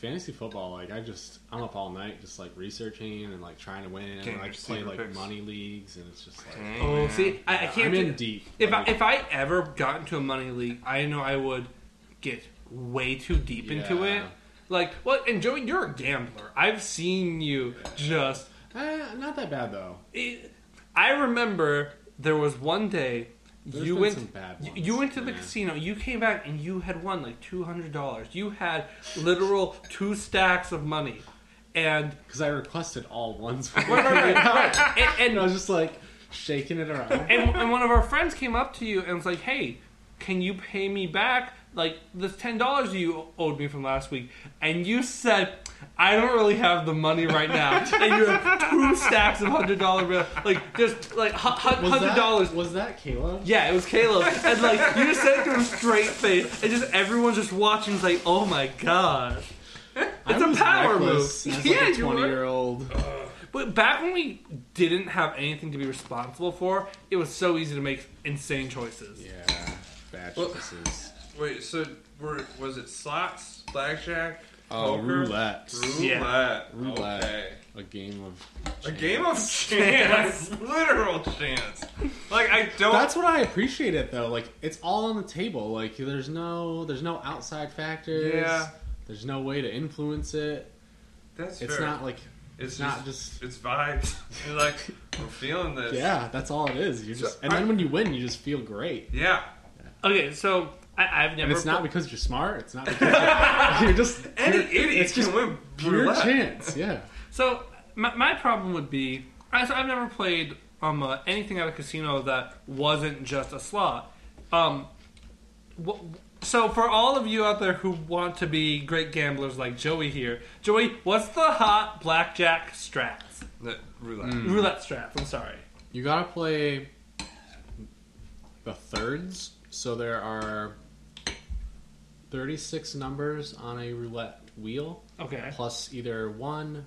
Speaker 3: fantasy football, like I just I'm up all night just like researching and like trying to win.
Speaker 5: Getting
Speaker 3: and I
Speaker 5: your
Speaker 3: play
Speaker 5: sleeper
Speaker 3: like
Speaker 5: picks.
Speaker 3: money leagues, and it's just like
Speaker 5: Dang,
Speaker 2: Oh,
Speaker 5: man.
Speaker 2: see, I, I can't.
Speaker 3: I'm
Speaker 2: do
Speaker 3: in
Speaker 2: that.
Speaker 3: deep.
Speaker 2: If I,
Speaker 3: Like,
Speaker 2: if I ever got into a money league, I know I would get way too deep into it.
Speaker 3: Yeah.
Speaker 2: Like, well, and Joey, you're a gambler. I've seen you just.
Speaker 3: eh, not that bad though.
Speaker 2: It, I remember there was one day
Speaker 3: There's
Speaker 2: you
Speaker 3: been
Speaker 2: went.
Speaker 3: some bad
Speaker 2: you-
Speaker 3: ones,
Speaker 2: You went to the
Speaker 3: yeah.
Speaker 2: casino. You came back and you had won like two hundred dollars. You had literal two stacks of money, and
Speaker 3: Because I requested all ones.
Speaker 2: right, right, right, right. and, and
Speaker 3: and I was just like shaking it around.
Speaker 2: and, and one of our friends came up to you and was like, "Hey, can you pay me back like this ten dollars you owed me from last week?" And you said, "I don't really have the money right now." and you have two stacks of hundred dollar bill, like just like
Speaker 3: Was
Speaker 2: hundred
Speaker 3: that-
Speaker 2: dollars.
Speaker 3: Was that Caleb?
Speaker 2: Yeah, it was Caleb, and like you just said it to him straight face, and just everyone's just watching, like, "Oh my god." It's
Speaker 3: I
Speaker 2: a
Speaker 3: was
Speaker 2: power
Speaker 3: reckless
Speaker 2: move.
Speaker 3: As
Speaker 2: Yeah,
Speaker 3: like a
Speaker 2: you were.
Speaker 3: twenty year old.
Speaker 2: But back when we didn't have anything to be responsible for, it was so easy to make insane choices.
Speaker 3: Yeah, bad choices.
Speaker 5: Wait, so were, was it slots, blackjack,
Speaker 3: Oh,
Speaker 5: poker,
Speaker 3: roulette.
Speaker 5: roulette,
Speaker 2: Yeah.
Speaker 3: Roulette.
Speaker 5: Okay.
Speaker 3: A game of.
Speaker 5: A game of chance, literal chance. Like I don't.
Speaker 3: That's what I appreciate it though. Like it's all on the table. Like there's no there's no outside factors.
Speaker 5: Yeah.
Speaker 3: There's no way to influence it.
Speaker 5: that's
Speaker 3: It's
Speaker 5: fair.
Speaker 3: not like
Speaker 5: It's
Speaker 3: not just-
Speaker 5: It's vibes. You're like we're feeling this.
Speaker 3: yeah. That's all it is. You just and then when you win, you just feel great.
Speaker 5: Yeah.
Speaker 2: Okay, so I, I've never.
Speaker 3: And it's not
Speaker 2: played-
Speaker 3: because you're smart. It's not because you're, you're just
Speaker 5: Any
Speaker 3: pure-
Speaker 5: idiot
Speaker 3: It's just
Speaker 5: can win
Speaker 3: pure
Speaker 5: roulette.
Speaker 3: chance. Yeah.
Speaker 2: so my, my problem would be I, so I've never played um uh, anything at a casino that wasn't just a slot. Um, wh- so for all of you out there who want to be great gamblers like Joey here, Joey, what's the hot blackjack strats?
Speaker 5: The- roulette.
Speaker 3: Mm.
Speaker 2: Roulette strats. I'm sorry.
Speaker 3: You gotta play the thirds. So there are 36 numbers on a roulette wheel,
Speaker 2: Okay.
Speaker 3: plus either one,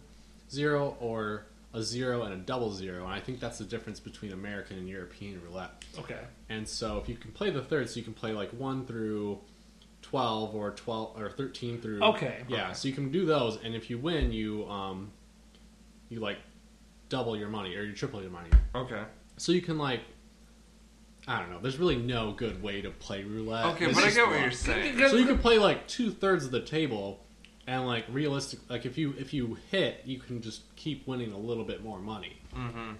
Speaker 3: zero, or a zero and a double zero. And I think that's the difference between American and European roulette.
Speaker 2: Okay.
Speaker 3: And so if you can play the thirds, you can play like one through. 12 or 12 or 13 through
Speaker 2: Okay.
Speaker 3: yeah so you can do those and if you win you um you like double your money or you triple your money
Speaker 5: Okay.
Speaker 3: so you can like, I don't know. There's really no good way to play roulette.
Speaker 5: Okay,
Speaker 3: It's
Speaker 5: but I
Speaker 3: just
Speaker 5: get what you're
Speaker 3: luck.
Speaker 5: saying.
Speaker 3: So you can play like two thirds of the table, and like realistic, like if you if you hit, you can just keep winning a little bit more money. Mm-hmm.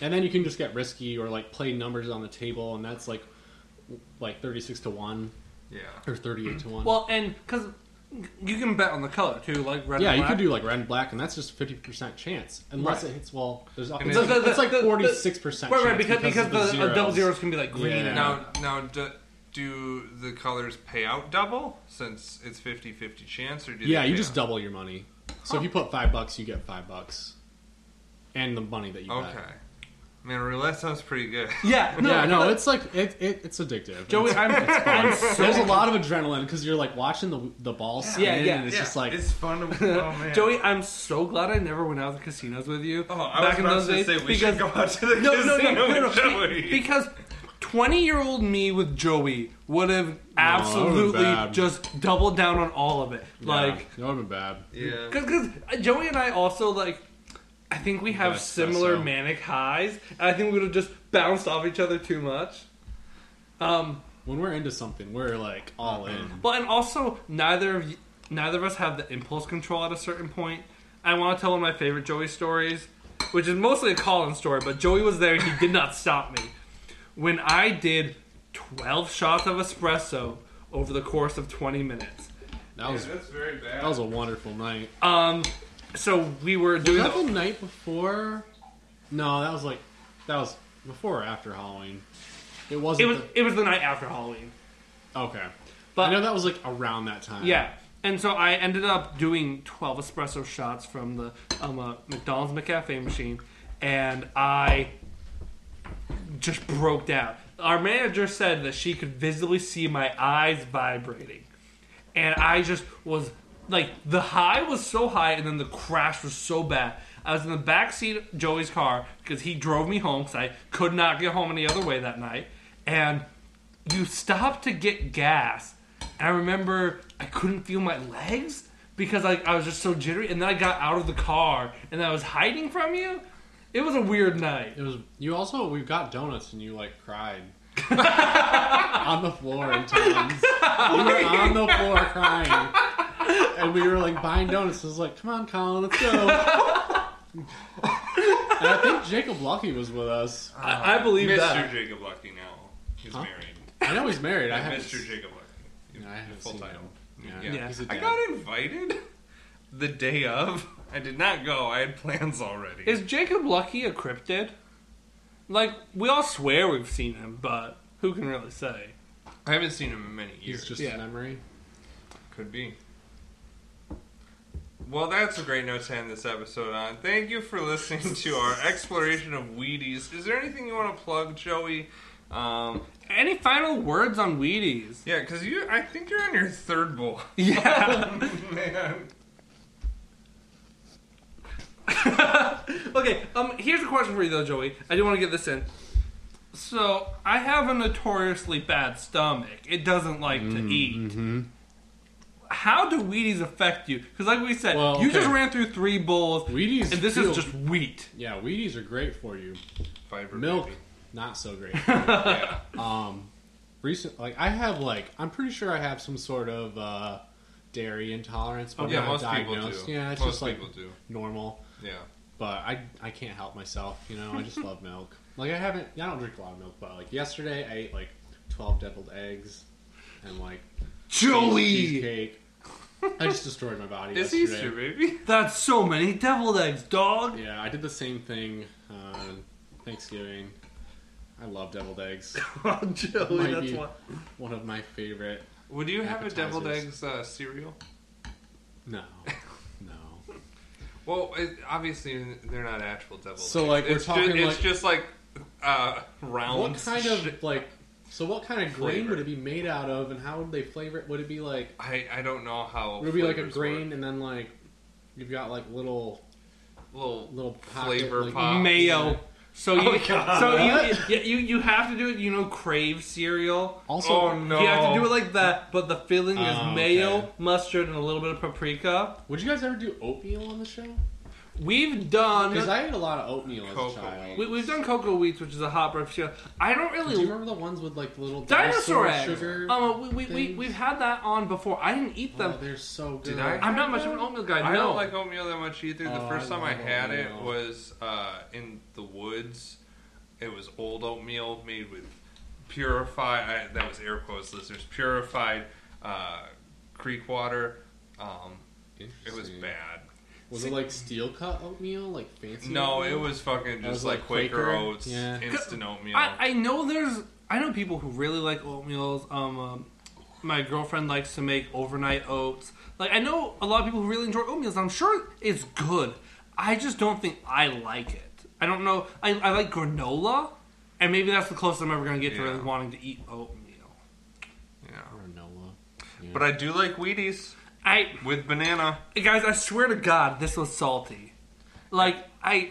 Speaker 3: And then you can just get risky or like play numbers on the table, and that's like like thirty six to one
Speaker 5: Yeah.
Speaker 3: or thirty eight to one.
Speaker 2: Well, and because You can bet on the color too, like red.
Speaker 3: yeah,
Speaker 2: and
Speaker 3: you
Speaker 2: black.
Speaker 3: could do like red and black, and that's just fifty percent chance. Unless
Speaker 2: Right.
Speaker 3: it hits well, there's
Speaker 5: And
Speaker 3: it's,
Speaker 5: it-
Speaker 3: like,
Speaker 2: the- the-
Speaker 3: it's like
Speaker 2: the- the-
Speaker 3: forty six percent.
Speaker 2: Right, right, because because, the, uh, double zeros can be like green
Speaker 3: Yeah.
Speaker 2: and
Speaker 5: Now, now, do, do the colors pay out double since it's 50-50 chance, or do
Speaker 3: Yeah,
Speaker 5: they
Speaker 3: you
Speaker 5: pay
Speaker 3: just
Speaker 5: out?
Speaker 3: double your money. So if you put five bucks, you get five bucks, and the money that you bet.
Speaker 5: Okay, man, roulette sounds pretty good.
Speaker 2: yeah, no,
Speaker 3: yeah, no, it's like it, it it's addictive.
Speaker 2: Joey,
Speaker 3: It's-
Speaker 2: I'm, I'm so-
Speaker 3: there's a lot of adrenaline because you're like watching the the ball spin,
Speaker 2: Yeah, yeah,
Speaker 3: and it's
Speaker 5: Yeah,
Speaker 3: just like
Speaker 5: it's fun. To, oh man,
Speaker 2: Joey, I'm so glad I never went out to casinos with you.
Speaker 5: Oh, I was about to say we should go out to the
Speaker 2: no, no,
Speaker 5: casino
Speaker 2: no, no, no,
Speaker 5: with Joey.
Speaker 2: Be- because twenty-year-old me with Joey would have absolutely
Speaker 3: bad.
Speaker 2: just doubled down on all of it. Like,
Speaker 3: that would have been bad.
Speaker 5: yeah.
Speaker 2: because Joey and I also like, I think we have
Speaker 3: Yes, that's
Speaker 2: similar
Speaker 3: so.
Speaker 2: manic highs. And I think we would have just bounced off each other too much. Um,
Speaker 3: When we're into something, we're like all in.
Speaker 2: Well, and also neither of you, neither of us have the impulse control at a certain point. I want to tell one of my favorite Joey stories, which is mostly a Colin story, but Joey was there and he did not stop me. When I did 12 shots of espresso over the course of 20 minutes.
Speaker 3: That was
Speaker 7: That's very bad.
Speaker 3: that was a wonderful night.
Speaker 2: Um so we were doing
Speaker 3: was that
Speaker 2: the,
Speaker 3: the night before? No, that was like that was before or after Halloween. It wasn't.
Speaker 2: it was
Speaker 3: the-
Speaker 2: it was the night after Halloween.
Speaker 3: okay.
Speaker 2: But-
Speaker 3: I know that was like around that time.
Speaker 2: Yeah. And so I ended up doing 12 espresso shots from the um, uh, McDonald's McCafe machine, and I just broke down. Our manager said that she could visibly see my eyes vibrating. And I just was like, the high was so high, and then the crash was so bad. I was in the back seat of Joey's car because he drove me home because I could not get home any other way that night. And you stopped to get gas. And I remember I couldn't feel my legs because I, I was just so jittery. And then I got out of the car and I was hiding from you. It was a weird night.
Speaker 3: It was. You also we got donuts and you like cried on the floor in times. You were on the floor crying, and we were like buying donuts. I was like, "Come on, Colin, let's go." and I think Jacob Lucky was with us.
Speaker 2: I, I believe
Speaker 5: Mr.
Speaker 2: that.
Speaker 5: Jacob Lucky now. He's
Speaker 3: Huh?
Speaker 5: married.
Speaker 3: I know he's married. I haven't.
Speaker 5: Mr. Jacob Lucky.
Speaker 3: I haven't
Speaker 5: Full
Speaker 3: seen
Speaker 5: title.
Speaker 3: him.
Speaker 5: Yeah.
Speaker 2: Yeah.
Speaker 3: he's a
Speaker 5: I
Speaker 3: dad.
Speaker 5: got invited the day of. I did not go. I had plans already.
Speaker 2: Is Jacob Lucky a cryptid? Like, we all swear we've seen him, but who can really say?
Speaker 5: I haven't seen him in many years.
Speaker 3: He's just
Speaker 2: Yeah.
Speaker 3: a memory.
Speaker 5: Could be. Well, that's a great note to end this episode on. Thank you for listening to our exploration of Wheaties. Is there anything you want to plug, Joey? Um,
Speaker 2: Any final words on Wheaties?
Speaker 5: yeah, because you, I think you're on your third bowl.
Speaker 2: Yeah.
Speaker 5: Man.
Speaker 2: okay, um, here's a question for you though, Joey. I do want to get this in. So I have a notoriously bad stomach. It doesn't like to eat. How do Wheaties affect you? Because like we said,
Speaker 3: Well,
Speaker 2: you just
Speaker 3: okay.
Speaker 2: ran through three bowls,
Speaker 3: Wheaties.
Speaker 2: and this
Speaker 3: feel-
Speaker 2: is just wheat.
Speaker 3: yeah. Wheaties are great for you.
Speaker 5: Fiber
Speaker 3: Milk,
Speaker 5: baby.
Speaker 3: not so great.
Speaker 5: Yeah.
Speaker 3: um recent like i have like i'm pretty sure i have some sort of uh dairy intolerance but
Speaker 5: Oh, yeah,
Speaker 3: not
Speaker 5: most
Speaker 3: diagnosed
Speaker 5: people do.
Speaker 3: yeah it's
Speaker 5: most
Speaker 3: just like
Speaker 5: people do.
Speaker 3: normal
Speaker 5: Yeah.
Speaker 3: but i i can't help myself you know i just love milk like i haven't i don't drink a lot of milk but like yesterday i ate like 12 deviled eggs and like
Speaker 2: Joey,
Speaker 3: cheesecake i just destroyed my body
Speaker 5: It's
Speaker 3: yesterday.
Speaker 5: Easter, baby.
Speaker 2: that's so many deviled eggs, dog.
Speaker 3: yeah i did the same thing on thanksgiving i love deviled eggs
Speaker 2: Joey,
Speaker 3: Might
Speaker 2: that's
Speaker 3: be
Speaker 2: why.
Speaker 3: one of my favorite
Speaker 5: Would you have a deviled
Speaker 3: Appetizers.
Speaker 5: eggs uh, cereal?
Speaker 3: no no
Speaker 5: Well, it, obviously they're not actual deviled.
Speaker 3: So,
Speaker 5: eggs.
Speaker 3: like, we're
Speaker 5: it's
Speaker 3: talking,
Speaker 5: just, it's
Speaker 3: like-
Speaker 5: just like uh, round.
Speaker 3: What kind
Speaker 5: shit.
Speaker 3: of like? So what kind of grain
Speaker 5: Flavor.
Speaker 3: would it be made out of, and how would they flavor it? Would it be like?
Speaker 5: I I don't know how.
Speaker 3: Would it be like a
Speaker 5: flavors
Speaker 3: grain,
Speaker 5: work.
Speaker 3: and then like you've got like little
Speaker 5: little
Speaker 3: little pocket,
Speaker 5: flavor
Speaker 3: like-
Speaker 5: pops.
Speaker 2: Mayo. So you,
Speaker 5: God.
Speaker 2: so you, yeah, you, you have to do it. You know, crave cereal.
Speaker 3: Also,
Speaker 5: oh no!
Speaker 2: You have to do it like that, but the filling is
Speaker 3: Oh,
Speaker 2: mayo,
Speaker 3: okay.
Speaker 2: mustard, and a little bit of paprika.
Speaker 3: would you guys ever do oatmeal on the show?
Speaker 2: We've
Speaker 3: Because
Speaker 2: done
Speaker 3: I ate a lot of oatmeal as
Speaker 5: Cocoa
Speaker 3: a child.
Speaker 2: we, we've done cocoa wheats, which is a hot breakfast cereal. I don't
Speaker 3: Do you
Speaker 2: really
Speaker 3: remember the ones with like the little
Speaker 2: dinosaur
Speaker 3: dinosaur,
Speaker 2: eggs.
Speaker 3: sugar?
Speaker 2: Um, we, we, we
Speaker 3: things?
Speaker 2: we've had that on before. I didn't eat
Speaker 3: oh,
Speaker 2: them.
Speaker 3: they're so good.
Speaker 5: Did I?
Speaker 2: I'm not much of an oatmeal guy.
Speaker 5: I
Speaker 2: no,
Speaker 5: don't like oatmeal that much either. The
Speaker 3: Oh,
Speaker 5: first
Speaker 3: I
Speaker 5: time I
Speaker 3: love
Speaker 5: had it
Speaker 3: oatmeal.
Speaker 5: was uh, in the woods. It was old oatmeal made with purified. I, that was air quotes, listeners. Purified uh, creek water, Um, it was
Speaker 3: Interesting.
Speaker 5: bad.
Speaker 3: Was it like steel cut oatmeal, like fancy?
Speaker 5: No, it
Speaker 3: oatmeal?
Speaker 5: was fucking just
Speaker 3: was
Speaker 5: like,
Speaker 3: like
Speaker 5: Quaker,
Speaker 3: Quaker?
Speaker 5: oats,
Speaker 3: Yeah.
Speaker 5: instant oatmeal.
Speaker 2: I, I know there's I know people who really like oatmeals. Um, um, my girlfriend likes to make overnight oats. Like I know a lot of people who really enjoy oatmeals. I'm sure it's good. I just don't think I like it. I don't know. I, I like granola, and maybe that's the closest I'm ever gonna get to
Speaker 5: Yeah.
Speaker 2: really wanting to eat oatmeal.
Speaker 5: yeah.
Speaker 3: granola.
Speaker 5: But I do like Wheaties
Speaker 2: I
Speaker 5: with banana.
Speaker 2: guys, I swear to God, this was salty. Like I,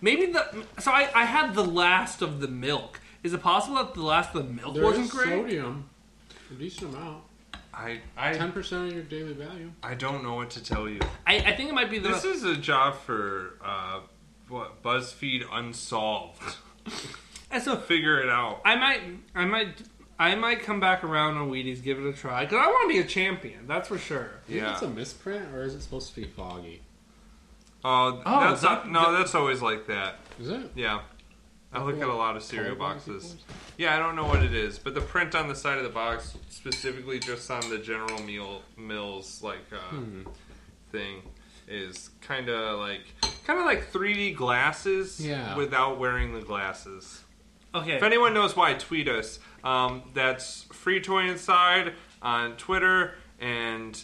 Speaker 2: maybe the so I, I had the last of the milk. Is it possible that the last of the milk
Speaker 3: There
Speaker 2: wasn't
Speaker 3: is
Speaker 2: great?
Speaker 3: sodium, a decent amount,
Speaker 5: I I,
Speaker 3: ten percent of your daily value.
Speaker 5: I don't know what to tell you.
Speaker 2: I, I think it might be the
Speaker 5: This is a job for uh, what BuzzFeed Unsolved.
Speaker 2: And so
Speaker 5: Figure it out.
Speaker 2: I might, I might, I might come back around on Wheaties, give it a try, because I want to be a champion. That's for sure.
Speaker 3: Do you think
Speaker 5: Yeah.
Speaker 3: it's a misprint or is it supposed to be foggy?
Speaker 5: Uh,
Speaker 2: Oh,
Speaker 5: that's
Speaker 2: that-
Speaker 5: no, that's always like that.
Speaker 3: Is it?
Speaker 5: Yeah. I look at a lot of cereal
Speaker 3: Cold boxes
Speaker 5: boxes.
Speaker 3: before?
Speaker 5: Yeah, I don't know what it is, but the print on the side of the box, specifically just on the General Meal Mills like uh, thing, is kind of like kind of like 3D glasses
Speaker 3: Yeah.
Speaker 5: without wearing the glasses.
Speaker 2: Okay.
Speaker 5: If anyone knows why, tweet us. Um, that's Free Toy Inside on Twitter, and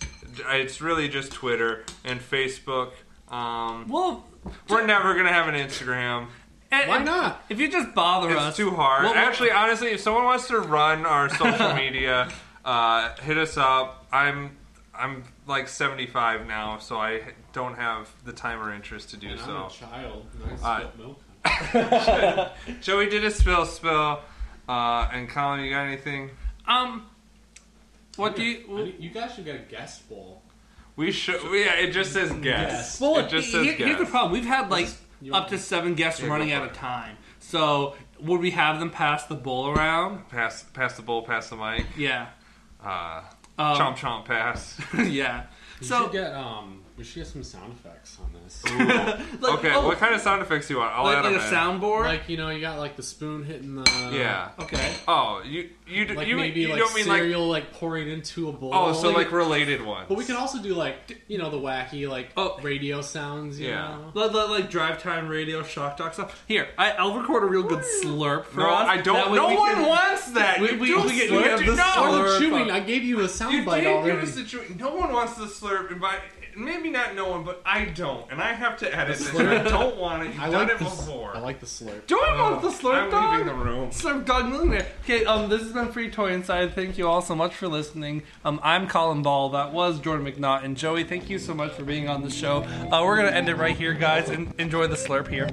Speaker 5: it's really just Twitter and Facebook. Um,
Speaker 2: well,
Speaker 5: we're never gonna have an Instagram.
Speaker 2: and-
Speaker 3: Why
Speaker 2: and
Speaker 3: not?
Speaker 2: If you just bother
Speaker 5: It's
Speaker 2: us,
Speaker 5: too hard.
Speaker 2: Well, well-
Speaker 5: Actually, honestly, if someone wants to run our social media, uh, hit us up. I'm I'm like 75 now, so I don't have the time or interest to do
Speaker 3: And I'm
Speaker 5: so.
Speaker 3: a child. and I
Speaker 5: Alright.
Speaker 3: spilt milk.
Speaker 5: Joey did a spill spill, uh, and Colin, you got anything?
Speaker 2: um, what do you?
Speaker 3: I need- You guys should get a guest bowl.
Speaker 5: We should. Yeah, it just says guess.
Speaker 2: Well,
Speaker 5: it just
Speaker 2: he-
Speaker 5: says
Speaker 2: here- here's the
Speaker 5: guess.
Speaker 2: problem: we've had like
Speaker 3: you
Speaker 2: up
Speaker 3: want-
Speaker 2: to seven guests
Speaker 5: go
Speaker 2: running
Speaker 5: for
Speaker 2: at a time. So would we have them pass the bowl around?
Speaker 5: Pass, pass the bowl, pass the mic.
Speaker 2: Yeah.
Speaker 5: Uh,
Speaker 2: Um,
Speaker 5: chomp, chomp, pass.
Speaker 2: yeah.
Speaker 3: We
Speaker 2: So
Speaker 3: should get um. We should get some sound effects on this.
Speaker 2: like,
Speaker 5: okay,
Speaker 2: oh,
Speaker 5: what kind of sound effects do you want? I'll
Speaker 2: like,
Speaker 5: add
Speaker 2: like a
Speaker 5: them in.
Speaker 2: soundboard?
Speaker 3: like you know, you got like the spoon hitting the
Speaker 5: Yeah.
Speaker 2: okay.
Speaker 5: Oh, you you d-
Speaker 3: Like
Speaker 5: you,
Speaker 3: maybe
Speaker 5: you
Speaker 3: like
Speaker 5: don't mean like
Speaker 3: cereal like, pouring into a bowl.
Speaker 5: oh, so like related ones.
Speaker 3: But we can also do like you know the wacky like
Speaker 2: Oh.
Speaker 3: radio sounds. You
Speaker 5: Yeah.
Speaker 3: Know?
Speaker 2: Let, let, like drive time radio shock talk stuff. Here, I, I'll record a real good slurp for
Speaker 5: No,
Speaker 2: us.
Speaker 5: I
Speaker 2: That
Speaker 5: don't.
Speaker 2: way
Speaker 5: No
Speaker 2: we
Speaker 5: one
Speaker 2: can-
Speaker 5: wants that.
Speaker 2: We-
Speaker 5: you
Speaker 2: we-
Speaker 5: do
Speaker 2: we get-
Speaker 5: slurp.
Speaker 2: we have the
Speaker 5: no,
Speaker 2: slurp.
Speaker 3: Or the
Speaker 2: Slurp
Speaker 3: chewing.
Speaker 2: up.
Speaker 3: Oh, I gave you a sound
Speaker 5: you
Speaker 3: bite
Speaker 5: did give
Speaker 3: already.
Speaker 5: us the chewing. No one wants the slurp, and by maybe not no one, but I don't, and I have to edit this. and I don't want it. You've
Speaker 3: I
Speaker 5: done
Speaker 3: like
Speaker 5: it
Speaker 3: the,
Speaker 5: before.
Speaker 3: I like the slurp.
Speaker 2: Do I want the
Speaker 5: I'm
Speaker 2: slurp dog?
Speaker 5: leaving the room.
Speaker 2: Slurp dog millionaire. Okay, um, this has been Free Toy Inside. Thank you all so much for listening. Um, I'm Colin Ball. That was Jordan McNaught and Joey. Thank you so much for being on the show. Uh, we're gonna end it right here, guys, and enjoy the slurp here.